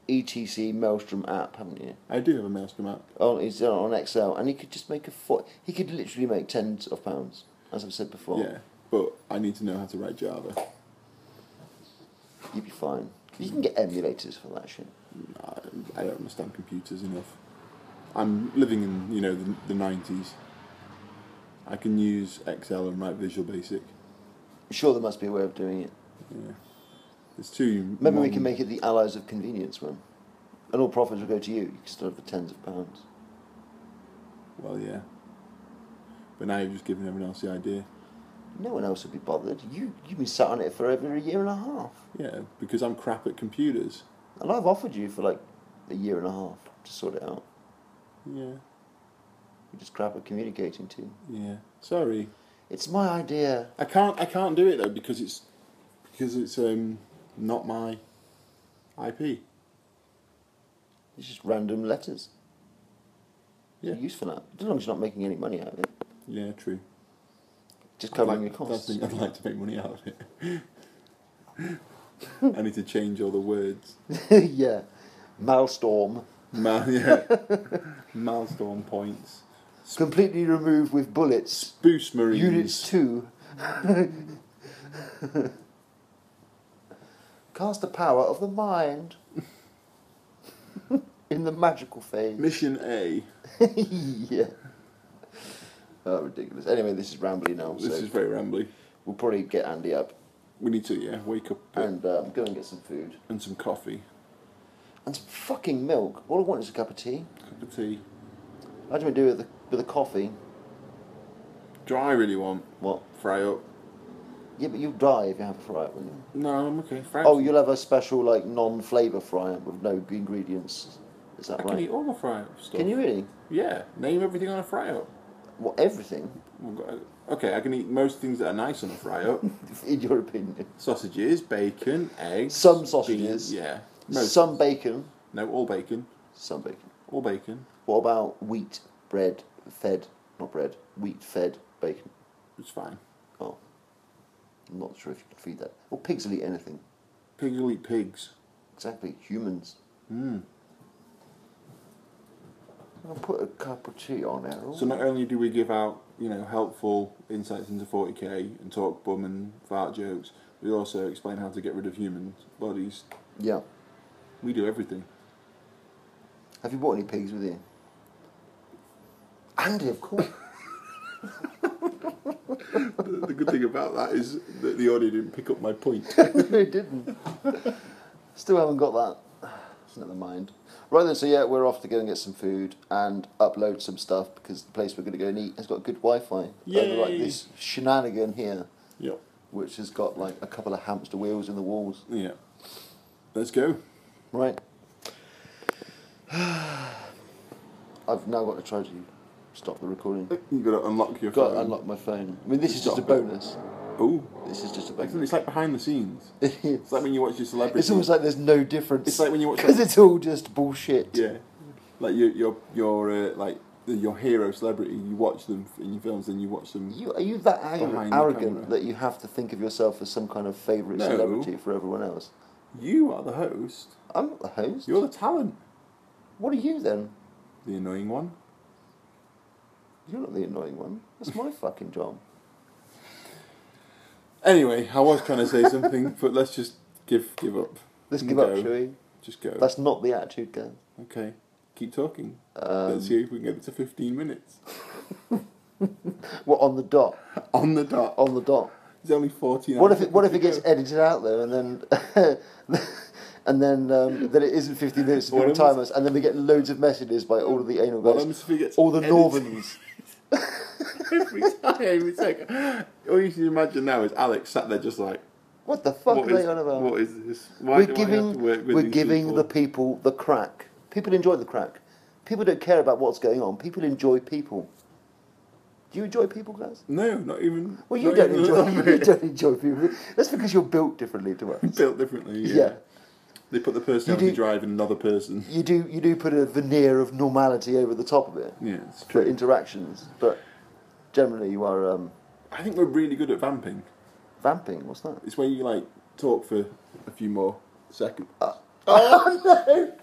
Speaker 2: ETC Maelstrom app, haven't you?
Speaker 4: I do have a Maelstrom app.
Speaker 2: On, it's on Excel, and he could just make a four, he could literally make tens of pounds, as I've said before.
Speaker 4: Yeah. But I need to know how to write Java.
Speaker 2: You'd be fine. You can get emulators for that shit.
Speaker 4: I, I don't understand computers enough. I'm living in you know the, the 90s. I can use Excel and write Visual Basic.
Speaker 2: I'm sure there must be a way of doing it.
Speaker 4: Yeah. It's too.
Speaker 2: Maybe we
Speaker 4: modern.
Speaker 2: can make it the Allies of Convenience one. and all profits will go to you. You can still have the tens of pounds.
Speaker 11: Well, yeah. But now you've just given everyone else the idea.
Speaker 2: No one else would be bothered. You you've been sat on it for over a year and a half,
Speaker 11: Yeah, because I'm crap at computers.
Speaker 2: and I've offered you for like a year and a half to sort it out.
Speaker 11: Yeah.
Speaker 2: You're just crap at communicating too.
Speaker 11: Yeah. Sorry.
Speaker 2: It's my idea.
Speaker 11: I can't. I can't do it though because it's because it's um not my IP.
Speaker 2: It's just random letters.
Speaker 11: Yeah.
Speaker 2: Use for that. As long as you're not making any money out of it.
Speaker 11: Yeah, true.
Speaker 2: Just
Speaker 11: I'd
Speaker 2: covering
Speaker 11: like-
Speaker 2: your costs.
Speaker 11: I'd, think I'd like to make money out of it. I need to change all the words.
Speaker 2: yeah. Maelstrom.
Speaker 11: Mal, yeah. Milestone points.
Speaker 2: Completely removed with bullets.
Speaker 11: Boost Marines.
Speaker 2: Units 2. Cast the power of the mind. In the magical phase.
Speaker 11: Mission A.
Speaker 2: yeah. Oh, ridiculous. Anyway, this is rambly now.
Speaker 11: This
Speaker 2: so
Speaker 11: is very rambly.
Speaker 2: We'll probably get Andy up.
Speaker 11: We need to, yeah, wake up.
Speaker 2: And um, go and get some food.
Speaker 11: And some coffee.
Speaker 2: And some fucking milk. All I want is a cup of tea.
Speaker 11: Cup of tea.
Speaker 2: How do we do with the, with the coffee?
Speaker 11: Do I really want?
Speaker 2: What?
Speaker 11: Fry up.
Speaker 2: Yeah, but you'll die if you have a fry up, won't you?
Speaker 11: No, I'm okay. Fry
Speaker 2: Oh, you'll have a special, like, non flavour fry up with no g- ingredients. Is that
Speaker 11: I
Speaker 2: right?
Speaker 11: can eat all my fry up stuff.
Speaker 2: Can you really?
Speaker 11: Yeah. Name everything on a fry up.
Speaker 2: What, everything?
Speaker 11: I've got- Okay, I can eat most things that are nice on a fry up.
Speaker 2: In your opinion.
Speaker 11: Sausages, bacon, eggs.
Speaker 2: Some sausages.
Speaker 11: beans, yeah. Most.
Speaker 2: Some bacon.
Speaker 11: No, all bacon.
Speaker 2: Some bacon.
Speaker 11: All bacon.
Speaker 2: What about wheat, bread, fed? Not bread. Wheat, fed, bacon.
Speaker 11: It's fine.
Speaker 2: Oh. I'm not sure if you can feed that. Well, pigs will eat anything.
Speaker 11: Pigs will eat pigs.
Speaker 2: Exactly. Humans. Hmm.
Speaker 11: Mm.
Speaker 2: I'll put a cup of tea on it.
Speaker 11: So not only do we give out, you know, helpful insights into 40k and talk bum and fart jokes, we also explain how to get rid of human bodies.
Speaker 2: Yeah.
Speaker 11: We do everything.
Speaker 2: Have you bought any pigs with you? Andy, of course.
Speaker 11: the, the good thing about that is that the audio didn't pick up my point.
Speaker 2: they didn't. Still haven't got that. Never mind. Right then, so yeah, we're off to go and get some food and upload some stuff because the place we're going to go and eat has got good Wi-Fi. Unlike
Speaker 11: Yay.
Speaker 2: this shenanigan here,
Speaker 11: Yep.
Speaker 2: which has got like a couple of hamster wheels in the walls.
Speaker 11: Yeah. Let's go.
Speaker 2: Right. I've now got to try to stop the recording.
Speaker 11: You've got to unlock your
Speaker 2: Got to
Speaker 11: phone.
Speaker 2: unlock my phone. I mean, this is just a
Speaker 11: Stop it.
Speaker 2: bonus.
Speaker 11: Oh.
Speaker 2: This is just a
Speaker 11: It's,
Speaker 2: bonus.
Speaker 11: it's like behind the scenes. It's like when you watch your celebrity.
Speaker 2: It's almost like there's no difference.
Speaker 11: It's like when you watch
Speaker 2: because
Speaker 11: that-
Speaker 2: it's all just bullshit.
Speaker 11: Yeah, like your your your uh, like your hero celebrity. You watch them in your films, and you watch them.
Speaker 2: You, are you that ar-
Speaker 11: Behind the
Speaker 2: arrogant
Speaker 11: camera.
Speaker 2: that you have to think of yourself as some kind of favourite
Speaker 11: No.
Speaker 2: celebrity for everyone else?
Speaker 11: You are the host.
Speaker 2: I'm not the host.
Speaker 11: You're the talent.
Speaker 2: What are you then?
Speaker 11: The annoying one.
Speaker 2: You're not the annoying one. That's my fucking job.
Speaker 11: Anyway, I was trying to say something, but let's just give give up.
Speaker 2: Let's
Speaker 11: and
Speaker 2: give up,
Speaker 11: go.
Speaker 2: shall we?
Speaker 11: Just go.
Speaker 2: That's not the attitude, guys.
Speaker 11: okay. Keep talking.
Speaker 2: Um,
Speaker 11: let's see if we can get it to fifteen minutes.
Speaker 2: What on the dot?
Speaker 11: On the dot.
Speaker 2: On the dot.
Speaker 11: It's only fourteen.
Speaker 2: What if
Speaker 11: hours
Speaker 2: it, what if
Speaker 11: to
Speaker 2: it gets
Speaker 11: go.
Speaker 2: edited out though, and then and then um, then it isn't 15 minutes to
Speaker 11: What
Speaker 2: people
Speaker 11: if
Speaker 2: time
Speaker 11: it's-
Speaker 2: us, and then we get loads of messages by all of the anal guys,
Speaker 11: happens if it gets
Speaker 2: all the
Speaker 11: edited?
Speaker 2: northerns.
Speaker 11: every time? Every second. All you can imagine now is Alex sat there just like.
Speaker 2: What the fuck
Speaker 11: What
Speaker 2: are they
Speaker 11: is-
Speaker 2: on about?
Speaker 11: What is this? Why
Speaker 2: we're
Speaker 11: do
Speaker 2: giving,
Speaker 11: I have to work with
Speaker 2: we're
Speaker 11: these
Speaker 2: giving
Speaker 11: people?
Speaker 2: the people the crack. People enjoy the crack. People don't care about what's going on. People enjoy people. Do you enjoy people, guys?
Speaker 11: No, not even.
Speaker 2: Well, you
Speaker 11: not
Speaker 2: don't
Speaker 11: even a
Speaker 2: enjoy.
Speaker 11: little
Speaker 2: You
Speaker 11: bit.
Speaker 2: don't enjoy people. That's because you're built differently to us.
Speaker 11: Built differently. Yeah.
Speaker 2: Yeah.
Speaker 11: They put the personality
Speaker 2: You do-
Speaker 11: drive in another person.
Speaker 2: You do. You do put a veneer of normality over the top of it
Speaker 11: Yeah, it's
Speaker 2: for
Speaker 11: true.
Speaker 2: interactions, but generally you are um,
Speaker 11: I think we're really good at vamping.
Speaker 2: vamping. What's that?
Speaker 11: It's where you like talk for a few more seconds.
Speaker 2: Oh, no!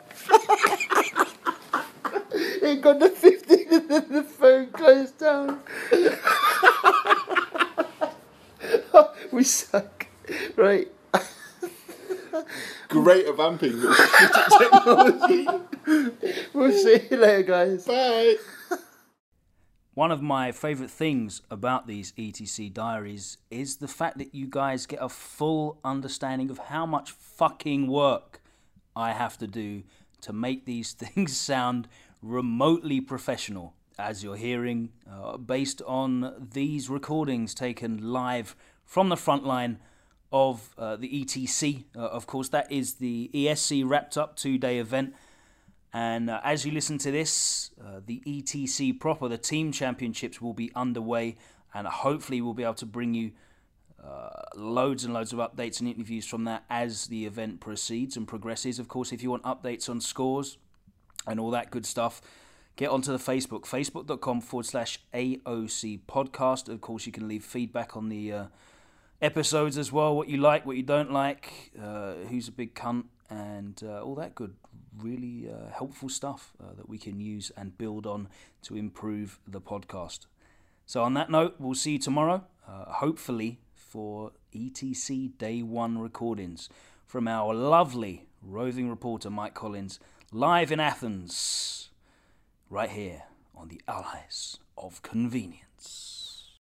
Speaker 2: it got the 15 and then the phone closed down. we suck. Right.
Speaker 11: Great at vamping. but shit at technology.
Speaker 2: We'll see you later, guys.
Speaker 11: Bye.
Speaker 1: One of my favourite things about these ETC diaries is the fact that you guys get a full understanding of how much fucking work I have to do to make these things sound remotely professional, as you're hearing, uh, based on these recordings taken live from the front line of uh, the ETC. Uh, of course, that is the ESC wrapped up two day event. And uh, as you listen to this, uh, the ETC proper, the team championships, will be underway, and hopefully, we'll be able to bring you uh, loads and loads of updates and interviews from that as the event proceeds and progresses. Of course, if you want updates on scores and all that good stuff, get onto the Facebook, facebook.com forward slash AOC podcast. Of course, you can leave feedback on the uh, episodes as well what you like, what you don't like, uh, who's a big cunt, and uh, all that good, really uh, helpful stuff uh, that we can use and build on to improve the podcast. So, on that note, we'll see you tomorrow, uh, hopefully, for ETC Day 1 recordings from our lovely roving reporter Mike Collins, live in Athens, right here on the Allies of Convenience.